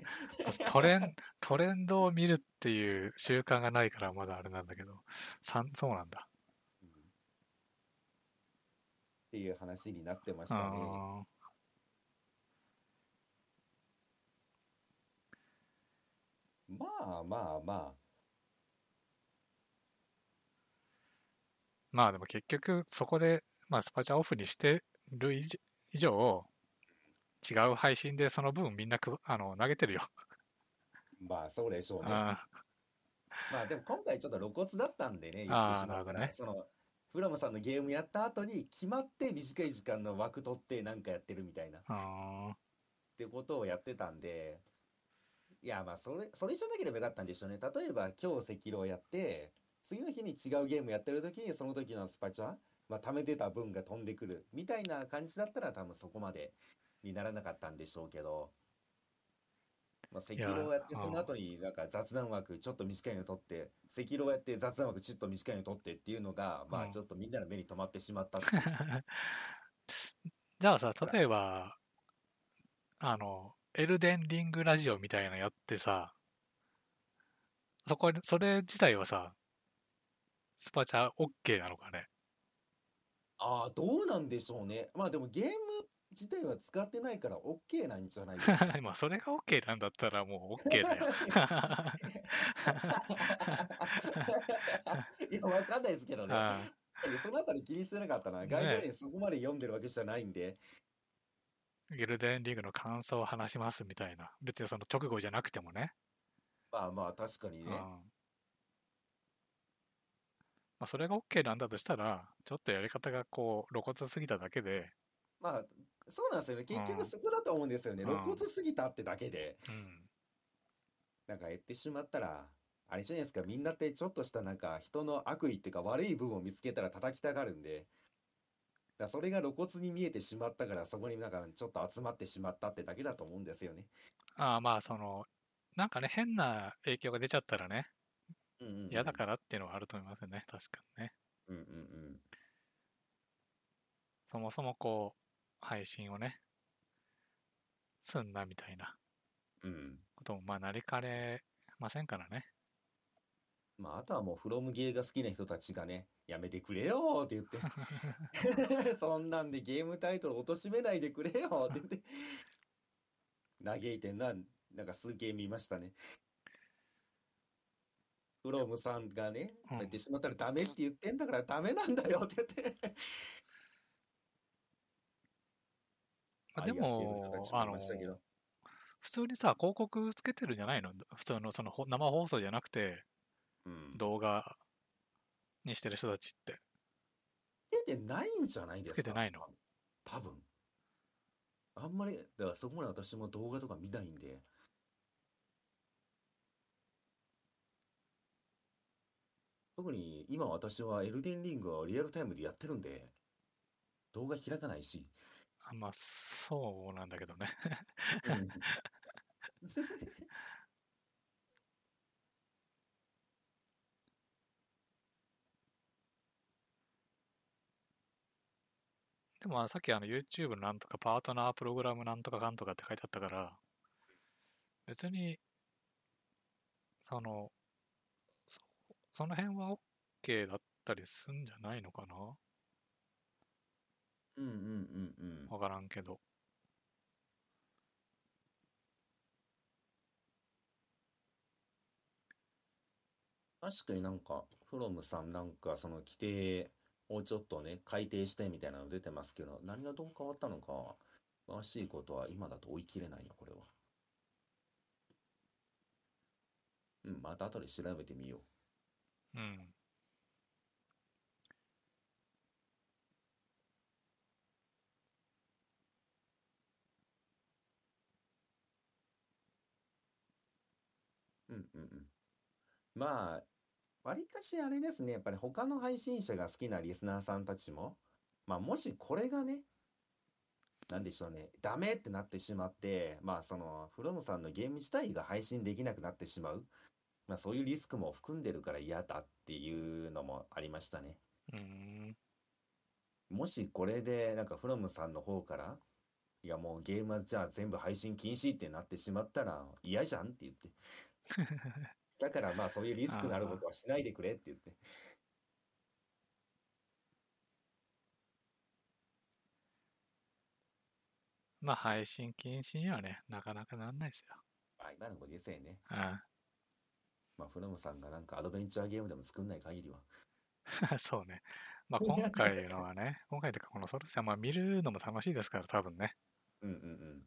A: トレン、トレンドを見るっていう習慣がないからまだあれなんだけど、さんそうなんだ。
B: うんっていう話になってましたね。
A: あ
B: まあまあま
A: ーまあでも結局そこで、まあ、スパチャオフにしてる以上以上、違う配信でその分みんなくあの投げてるよ。
B: あ、まあそうでしょうね。
A: あ
B: まあでも今回ちょっと露骨だったんでね、言っ
A: あー
B: てしまった
A: な
B: ら、
A: る
B: その、フラムさんのゲームやった後に決まって短い時間の枠取ってなんかやってるみたいな、っ
A: ーあ
B: てことをやってたんで、いやまあそれ、それじゃなければよかったんでしょうね。例えば今日赤狼やって、次の日に違うゲームやってる時にその時のスパチャ、まあ溜めてた分が飛んでくるみたいな感じだったら多分そこまでにならなかったんでしょうけど、まあ、赤
A: や
B: 狼をやって、そ
A: うん
B: の後になんか雑談枠ちょっと短いの取って、赤狼をやって雑談枠ちょっと短いの取ってっていうのが、ま
A: う
B: あ
A: ん
B: ちょっとみんなの目に留まってしまったっていう。
A: ー じゃあさ、例えば、あの、エルデンリングラジオみたいなのやってさ、そこに、それ自体はさ、スパチャ OK なのかね。
B: ああ、どうなんでしょうね。まあでもゲーム自体は使ってないから OK なんじゃないですか。
A: まあ、それが OK なんだったらもう OK だよ。
B: いや、わかんないですけどね。
A: あ
B: そのあたり気にしてなかったな。
A: ね
B: ガイドラインそこまで読んでるわけじゃないんで。
A: あギルデンリーグの感想を話しますみたいな。別にその直後じゃなくてもね。
B: まあまあ、確かに
A: うん
B: ね。
A: まあ、それが OK なんだとしたら、ちょっとやり方がこう露骨すぎただけで、
B: まあ、そうなんですよね。結
A: う
B: 局
A: ん
B: そこだと思うんですよね。
A: うん
B: 露骨すぎたってだけで。
A: うん、
B: なんか言ってしまったら、あれじゃないですか。みんなってちょっとしたなんか人の悪意っていうか悪い部分を見つけたら叩きたがるんで。だからそれが露骨に見えてしまったから、そこになんかちょっと集まってしまったってだけだと思うんですよね。
A: ああまあその、なんかね、変な影響が出ちゃったらね、
B: うんうんうん
A: 嫌だからっていうのはあると思いますよね、確かにね。
B: うんうんうん。
A: そもそもこう、配信をね、すんなみたいな
B: うん。
A: ことも、まあ、なりかねませんからね。
B: まあ、あとはもう、フロムゲーが好きな人たちがね、やめてくれよーって言 って、 そんなんでゲームタイトル貶としめないでくれよーって言って、嘆いてんな、なんかすげえ見ましたね。フロムさんがね、
A: うん
B: やってしまったらダメって言ってんだからダメなんだよって言って、
A: まあ、で
B: ありがてえ人
A: も
B: たち、も
A: あ
B: い
A: の
B: ましたけど、
A: 普通にさ、広告つけてるんじゃないの普通のそのほ生放送じゃなくて、
B: うん。
A: 動画にしてる人たちって。
B: つけてないんじゃないです
A: つけて
B: か
A: ないの
B: 多分。あんまり、だからそこまで私も動画とか見ないんで、特に今私はエルデンリングをリアルタイムでやってるんで、動画開かないし、
A: あまあ、そうなんだけどね。 でも、さっきあの YouTube のなんとかパートナープログラムなんとかかんとかって書いてあったから、別に、その、そその辺は OK だったりすんじゃないのかな
B: うんうんうんうん。
A: わからんけど。
B: 確かになんか、フロムさんなんかその規定をちょっとね、改定してみたいなの出てますけど、何がどう変わったのか、詳しいことは今だと追い切れないな、これは。うん、また後で調べてみよう。
A: うん。
B: うんうんうん。まあ、わりかしあれですね、やっぱり他の配信者が好きなリスナーさんたちも、まあもしこれがね、なんでしょうね、ダメってなってしまって、まあその、フロムさんのゲーム自体が配信できなくなってしまう、まあそういうリスクも含んでるから嫌だっていうのもありましたね。
A: うーん。
B: もしこれで、なんかフロムさんの方から、いやもうゲームはじゃあ全部配信禁止ってなってしまったら嫌じゃんって 言って。だからまあそういうリスクのあることはしないでくれって言って。
A: まあ、配信禁止にはね、なかなかなんないですよ。
B: まあ今のご時世ね。
A: うん。
B: まあフロムさんがなんかアドベンチャーゲームでも作んない限りは。
A: そうね。まあ、今回のはね、今回というか、このソルスはまあ、見るのも楽しいですから、多分ね。
B: うんうんうん。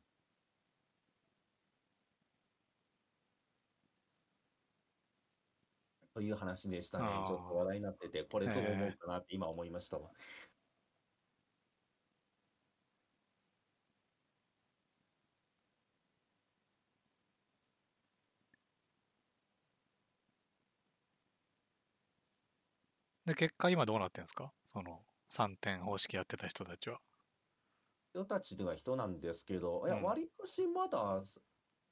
B: という話でしたね
A: あ。ー
B: ちょっと話題になってて、これどう思うかなって今思いましたわ。
A: で、結果、今どうなってるんですかその、3点方式やってた人たちは。
B: 人たちでは人なんですけど、いや、
A: うん
B: 割としまだ、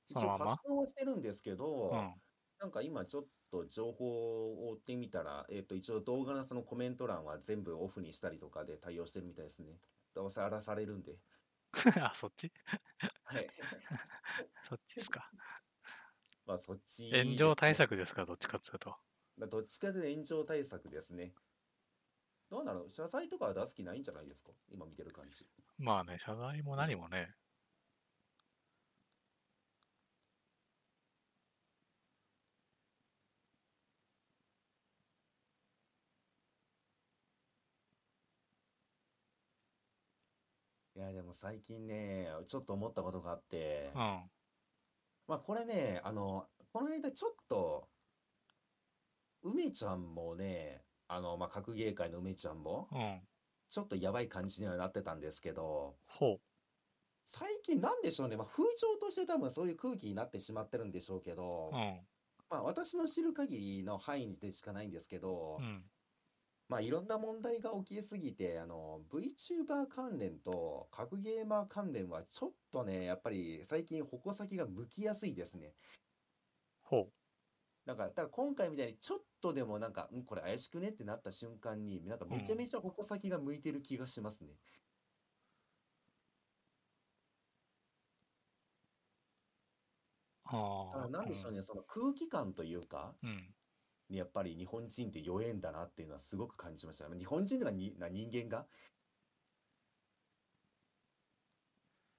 B: 一
A: その
B: 応
A: まま
B: 活動はしてるんですけど、
A: うん。
B: なんか今ちょっと情報を追ってみたら、えっと、一応動画のそのコメント欄は全部オフにしたりとかで対応してるみたいですね。どうせ荒らされるんで。
A: あ、そっち
B: はい。
A: そっちですか。
B: まあそっち。
A: 炎上対。策ですか、どっちかっていうと。
B: まあどっちかというと延長対策ですね。どうなの謝罪とかは出す気ないんじゃないですか今見てる感じ。
A: まあね、謝罪も何もね。
B: いや、でも最近ね、ちょっと思ったことがあって
A: う、ん。
B: まあこれね、あの、この間ちょっと、梅ちゃんもね、あの、まあ格ゲー界の梅ちゃんも、
A: うん。
B: ちょっとやばい感じにはなってたんですけど、
A: ほ
B: 最近なんでしょうね、まあ、風潮として多分そういう空気になってしまってるんでしょうけど、
A: う。うん。
B: まあ私の知る限りの範囲でしかないんですけど、
A: うん。
B: まあいろんな問題が起きすぎて、あの、VTuber 関連と格ゲーマー関連はちょっとね、やっぱり最近矛先が向きやすいですね。
A: ほ
B: なんか、だから今回みたいにちょっとでもなんか、んこれ怪しくねってなった瞬間に、なんかめちゃめちゃ矛先が向いてる気がしますね。
A: う。あ
B: だ
A: あ。
B: からなんでしょうね、その空気感というか、
A: うん。うん。
B: やっぱり日本人って弱えんだなっていうのはすごく感じました。まあ日本人がにな人間が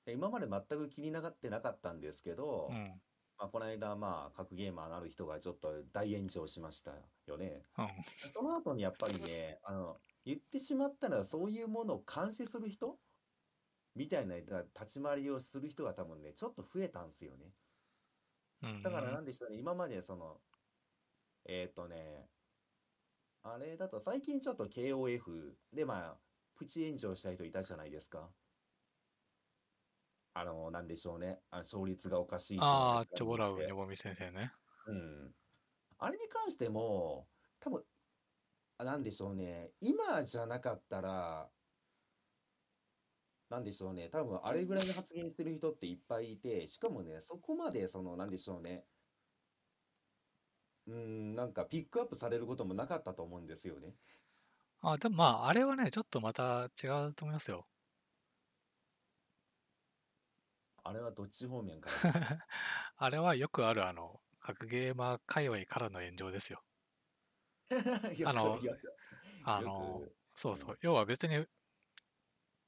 B: 今まで全く気になってなかったんですけど、
A: うん。
B: まあ、この間まあ格ゲーマーなる人がちょっと大炎上しましたよね。
A: うん。
B: その後にやっぱりねあの言ってしまったらそういうものを監視する人みたいな立ち回りをする人が多分ねちょっと増えたんですよね。
A: うん。
B: だからなんでしょうね、今までその、えーっとね、あれだと最近ちょっと KOF でまあ、プチ炎上した人いたじゃないですか。あの、なんでしょうね、あ勝率がおかしいっていうのが
A: ああ、チョボラウ
B: 出て
A: ニョボミ先生ね。
B: うん。あれに関しても、多分、あなんでしょうね、今じゃなかったら、なんでしょうね、多分あれぐらいの発言してる人っていっぱいいて、しかもね、そこまで、その、なんでしょうね、うん、なんかピックアップされることもなかったと思うんですよね。
A: あでもまあ、あれはね、ちょっとまた違うと思いますよ。
B: あれはどっち方面からですか
A: あれはよくある、あの、格ゲーマー界隈からの炎上ですよ。
B: よ
A: あの
B: く、よく、
A: あ
B: よ
A: の、
B: く
A: そうそうう。要は別に、フ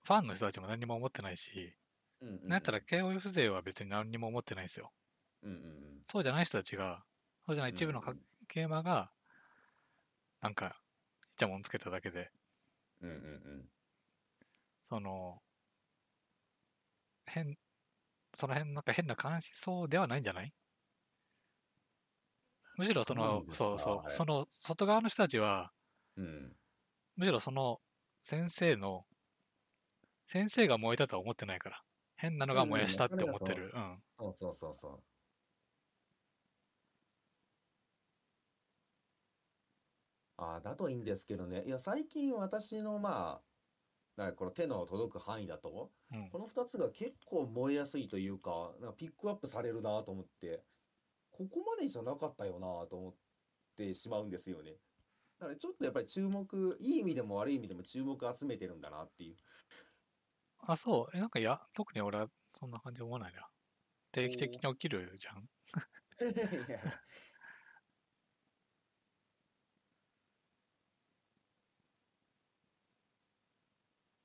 A: ァンの人たちも何も思ってないし、
B: うんうんうん、
A: なんやったら KOF 勢は別に何にも思ってないんですよ。
B: うんうん
A: そうじゃない人たちが、そうじゃない
B: うん、
A: 一部の
B: うん
A: 格ゲーマーが、なんか、イチャモンつけただけで、
B: うんうんうん
A: その、変、その辺なんか変な監視層ではないんじゃないむしろその、
B: そうな
A: そ
B: ん
A: うそう、
B: ですかはい
A: その外側の人たちは、
B: うん
A: むしろその先生の、先生が燃えたとは思ってないから、変なのが燃やしたって思ってる。うん。
B: そうそうそうそう。ああ、だといいんですけどね。いや、最近私の、まあ、なんかこの手の届く範囲だと、
A: うん
B: この2つが結構燃えやすいというか、なんかピックアップされるなと思って、ここまでじゃなかったよなと思ってしまうんですよね。だからちょっとやっぱり注目、いい意味でも悪い意味でも注目集めてるんだなっていう。
A: あ、そう。え、なんか、いや、特に俺はそんな感じ思わないな。定期的に起きるじゃん。
B: いやいや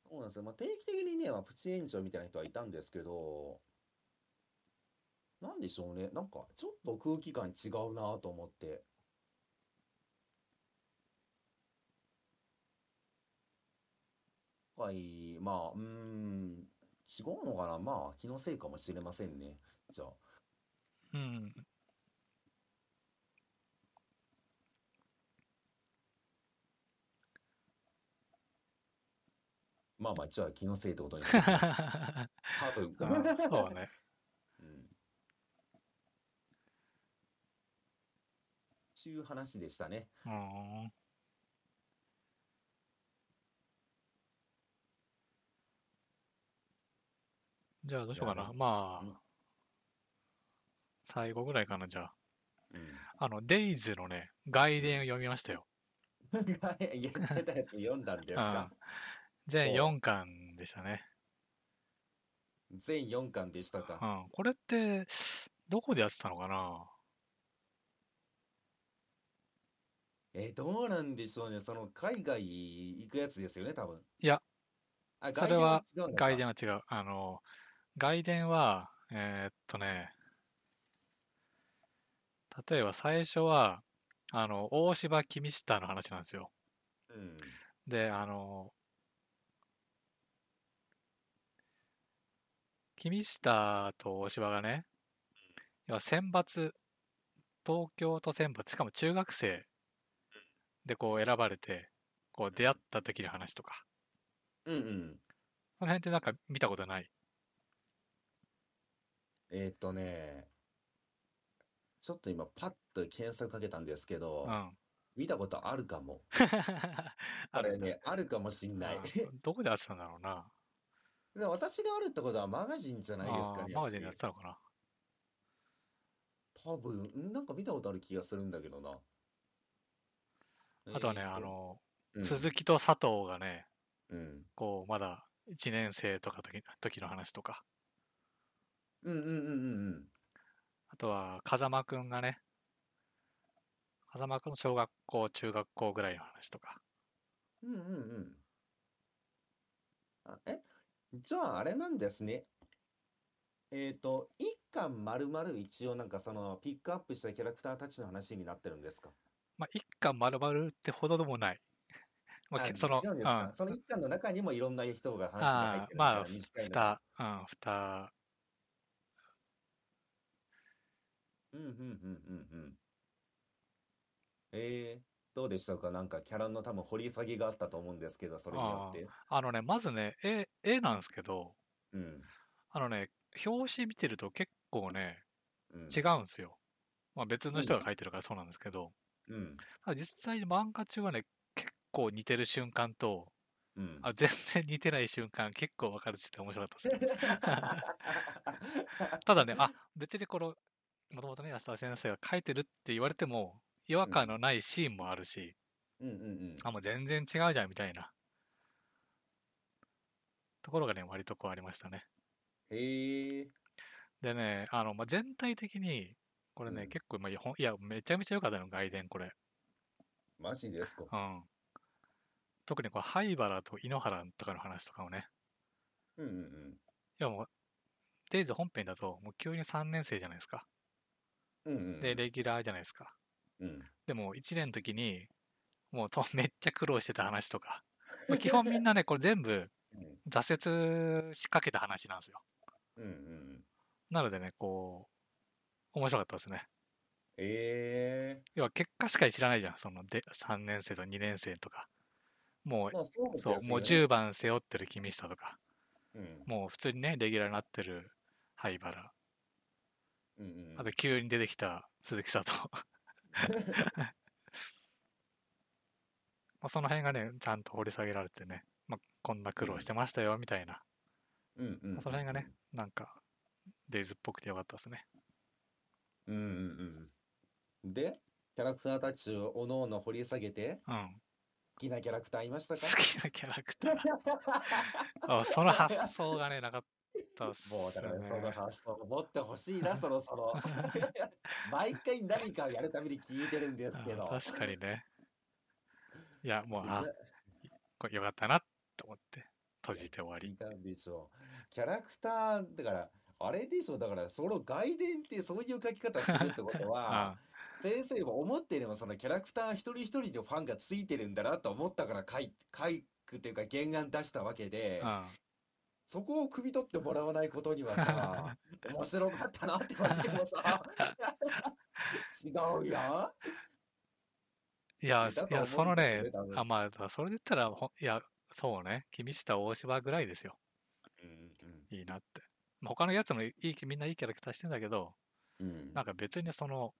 B: そうなんですよ。まあ、定期的にね、まあ、プチ炎上みたいな人はいたんですけど、なんでしょうね。なんか、ちょっと空気感違うなと思って。はい、まあ、うーん、違うのかな。まあ、気のせいかもしれませんね。じゃあ。
A: うん。
B: まあまあ、じゃあ気のせいってことにしておきます。多分。
A: うん そうね。
B: うん。ちゅう話でしたね。
A: うん。じゃあ、どうしようか
B: いや
A: な。
B: で
A: ま
B: うん
A: あ、最後ぐらいかな、じゃあ。
B: うん。
A: あの、デイズのね、外伝を読みましたよ。
B: 言って たやつ読んだんですか
A: 全
B: ほう
A: 4巻でしたね。
B: 全4巻でした
A: う
B: か
A: ん。これって、どこでやってたのかな
B: えーどうなんでしょうね。その海外行くやつですよね、多分。
A: いや、
B: あ、
A: それは
B: 外伝は違うの
A: 外伝は違う。
B: か。
A: あの、外伝は、えーっとね、例えば最初は、あの、大柴公久の話なんですよ。
B: うん。
A: で、あの、君下と大柴がね、要は選抜、東京と選抜、しかも中学生でこう選ばれて、こう出会った時の話とか、
B: うんうん。
A: その辺ってなんか見たことない。
B: えーっとね、ちょっと今パッと検索かけたんですけ
A: う
B: ど、
A: ん。
B: 見たことあるかも。
A: あ
B: こ
A: る
B: れ
A: んだ。
B: ね、あるかもしんない。
A: あーどこでやってたんだろうな。
B: でも私があるってことはマガジンじゃないです
A: あ
B: か
A: あ、
B: ね、や
A: マ
B: っ
A: ガジンで
B: ぱ
A: やっ
B: り。
A: てたのかな。
B: 多分、んなんか見たことある気がするんだけどな。え
A: あとはね、
B: ーっ
A: あ
B: と、
A: の、
B: うん、
A: 鈴木と佐藤がね、
B: うん。
A: こう、まだ1年生とか時時の話とか、
B: うんうんうんうんうん。
A: あとは風間くんがね、風間くんの小学校、中学校ぐらいの話とか。
B: うんうんうん。あ、え、じゃああれなんですね。えっと、一巻丸々一応なんかそのピックアップしたキャラクターたちの話になってるんですか
A: まあ、一巻丸々ってほどでもない。まあ、
B: あ、
A: け
B: 違
A: その、
B: うん
A: うん、
B: です
A: あ
B: かその一巻の中にもいろんな人が話が入
A: あ、
B: ってるみたい
A: まあ、
B: な
A: ふ
B: 短いのが。
A: 二、うん、二、
B: うんうんうんうんうん。えー、どうでしたかなんかキャラの多分掘り下げがあったと思うんですけど、それによっ
A: あ
B: て。
A: あ、あのね、まずね、絵、絵なんですけど、
B: うん、
A: あのね、表紙見てると結構ね、
B: う
A: 違
B: ん、
A: うんですよ。まあ、別
B: う
A: の人
B: ん、
A: が描いてるからそうなんですけど、
B: うん、
A: ただ実際に漫画中はね、結構似てる瞬間と、
B: うん。
A: あ、全然似てない瞬間結構分かれてて面白かったですね。 ただね、あ、別にこの、もともとね、安田先生が書いてるって言われても、違和
B: う
A: 感
B: ん、
A: のないシーンもあるし、
B: うんうんうん。
A: あ、もう全然違うじゃんみたいなところがね、割とこうありましたね。
B: へえ、
A: でね、あの、まあ、全体的に、これ
B: う
A: ね、
B: ん。
A: 結構、まあ、いや、ほんいやめちゃめちゃ良かったの、外伝、これ。
B: マジですか。
A: うん。特にこう、灰原と井ノ原とかの話とかもね、
B: うんうんうん。
A: いやもう、デイズ本編だと、もう急に3年生じゃないですか。
B: うんうんう
A: で、
B: ん。
A: レギュラーじゃないですか。
B: うん。
A: でも、1年の時に、もうとめっちゃ苦労してた話と か、まあ、基本みんなね、これ全部
B: うん
A: 挫折しかけた話なんですよ。
B: うんうんうん
A: なのでね、こう、面白かったですね。
B: ええ
A: 要は結果しか知らないじゃん、そので3年生と2年生とか。もう、
B: まあそう
A: そ
B: で
A: う、
B: す
A: もう
B: よね。
A: 10番背負ってる君下とか、
B: うん
A: もう普通にね、レギュラーになってる灰原、
B: うんう
A: あ
B: ん
A: と急に出てきた鈴木 聡まあその辺がね、ちゃんと掘り下げられてね、まあ、こんな
B: う
A: 苦労し
B: ん
A: てましたよ、みたいな。ま
B: うんうんうん
A: あその辺が
B: う
A: ね、
B: ん
A: なんか、デイズっぽくてよかったですね。
B: うんうんうんでキャラクターたちをおのおの掘り下げて
A: うん。
B: 好きなキャラクターいました
A: 好
B: か
A: きなキャラクター。あ、その発想がね、なかったっ
B: もう
A: す
B: だか
A: よ
B: らその
A: ね。
B: 発想を持ってほしいなそろそろ毎回何かをやるために聞いてるんですけ
A: あ
B: ど
A: 確かにね。いや、もう、
B: いや
A: あ、いこれよかったなと思って、閉
B: いや、
A: じて終わ
B: 聞
A: り。
B: いたんでしょう。キャラクター、だから、あれでしょう、だから、その外伝ってそういう書き方してるってことは、
A: あ
B: 先生も思っていれば、そのキャラクター一人一人のファンがついてるんだなと思ったから書い、書くっていうか原案出したわけで、
A: あ、
B: そこを汲み取ってもらわないことにはさ、
A: う
B: 面白かったなって言われてもさ、違うや
A: ん。いや、
B: ん
A: す
B: だ
A: い
B: と
A: や、
B: 思
A: そ
B: うん
A: の
B: ですよ
A: ね、
B: ね、多分。
A: あ、まあ、それで言ったらほ、いや、そうね、君下大柴ぐらいですよ。
B: うん
A: いいなって。まあ、他のやつもいい、みんないいキャラクターしてんだけど、
B: うんうん。
A: なんか別にその、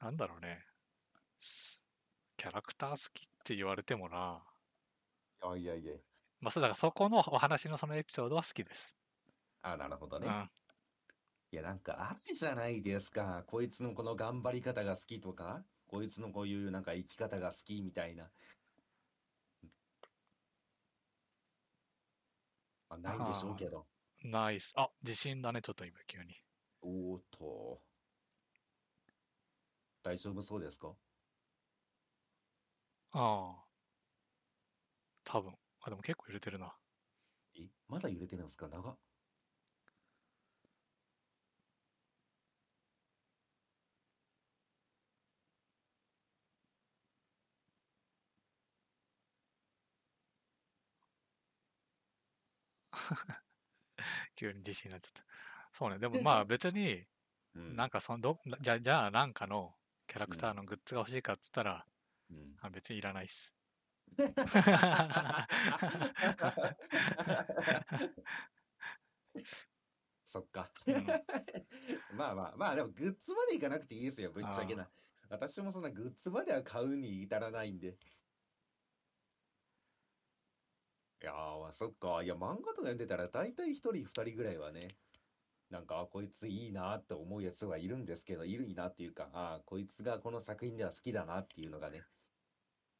A: なんだろうね、すキャラクター好きって言われてもな、
B: うん。いやいやいや。
A: まあ、そうだからそこのお話のそのエピソードは好きです。
B: あ、なるほど
A: う
B: ね。
A: ん。
B: いや、なんかあるじゃないですか。こいつのこの頑張り方が好きとか、こいつのこういうなんか生き方が好きみたいな。まあ、ないんでしょう
A: あ
B: けど。
A: あ、ナイス。あ、地震だね、ちょっと今急に。
B: おーっと、大丈夫そうですか
A: ああ、多分。あ、でも結構揺れてるな。
B: え、まだ揺れてるんですか長っ。
A: 急に自信になっちゃった。そうね、でもまあ別に、
B: うん。
A: なんかそのど、なじゃ、じゃあなんかのキャラクター
B: うん
A: のグッズが欲しいかっつったら、
B: うん
A: あ別にいらないっ す。
B: そっ か。
A: うん
B: まあまあまあでもグッズまでいかなくていいですよぶっちゃけな私もそんなグッズまでは買うに至らないんでいやーまあそっかいや漫画とか読んでたら大体一人二人ぐらいはねなんかあこいついいなって思うやつはいるんですけどいるいいなっていうかあこいつがこの作品では好きだなっていうのがね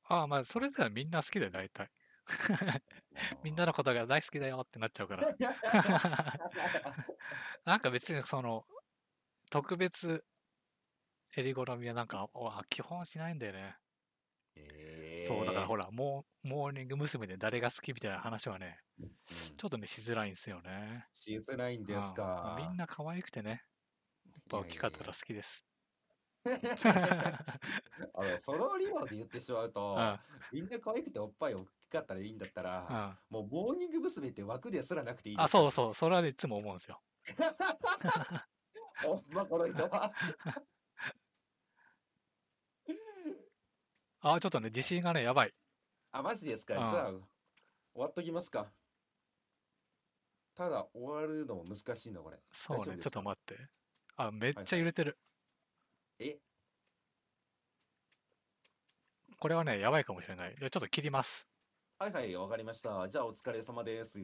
A: ああ、まあそれではみんな好きだよ、大体。 みんなのことが大好きだよってなっちゃう から。 なんか別にその、特別襟好みはなんか、おあ基本しないんだよね。
B: えー
A: そう、だからほら、もう、モーニング娘。で誰が好きみたいな話はね、
B: う
A: ち
B: ん
A: ょっとね、しづらいんですよね。
B: しづらいんです
A: あ
B: か
A: あみんな可愛くてね、やっぱ大きかったら好きです。
B: あの、その理論で言ってしま う
A: う
B: と
A: ん、、うん
B: みんな可愛くておっぱい大きかったらいいんだったら、もうモーニング娘。って枠ですらなくていい
A: あ、そう
B: う。
A: そう、それはねいつも思うんですよ。
B: ほんまこの人は。
A: ああ、ちょっとね、自信がね、やばい。
B: あ、マジですか。
A: うん
B: じゃあ、終わっときますか。ただ、終わるのも難しいの、これ。
A: そう
B: 大丈夫
A: ね、
B: で
A: ちょ
B: す
A: っと
B: か
A: 待って。あ、めっ
B: はい
A: ちゃ揺れてる。
B: え、
A: これはね、やばいかもしれない。じゃあちょっと切ります。
B: はいはい、わかりました。じゃあ、お疲れ様です。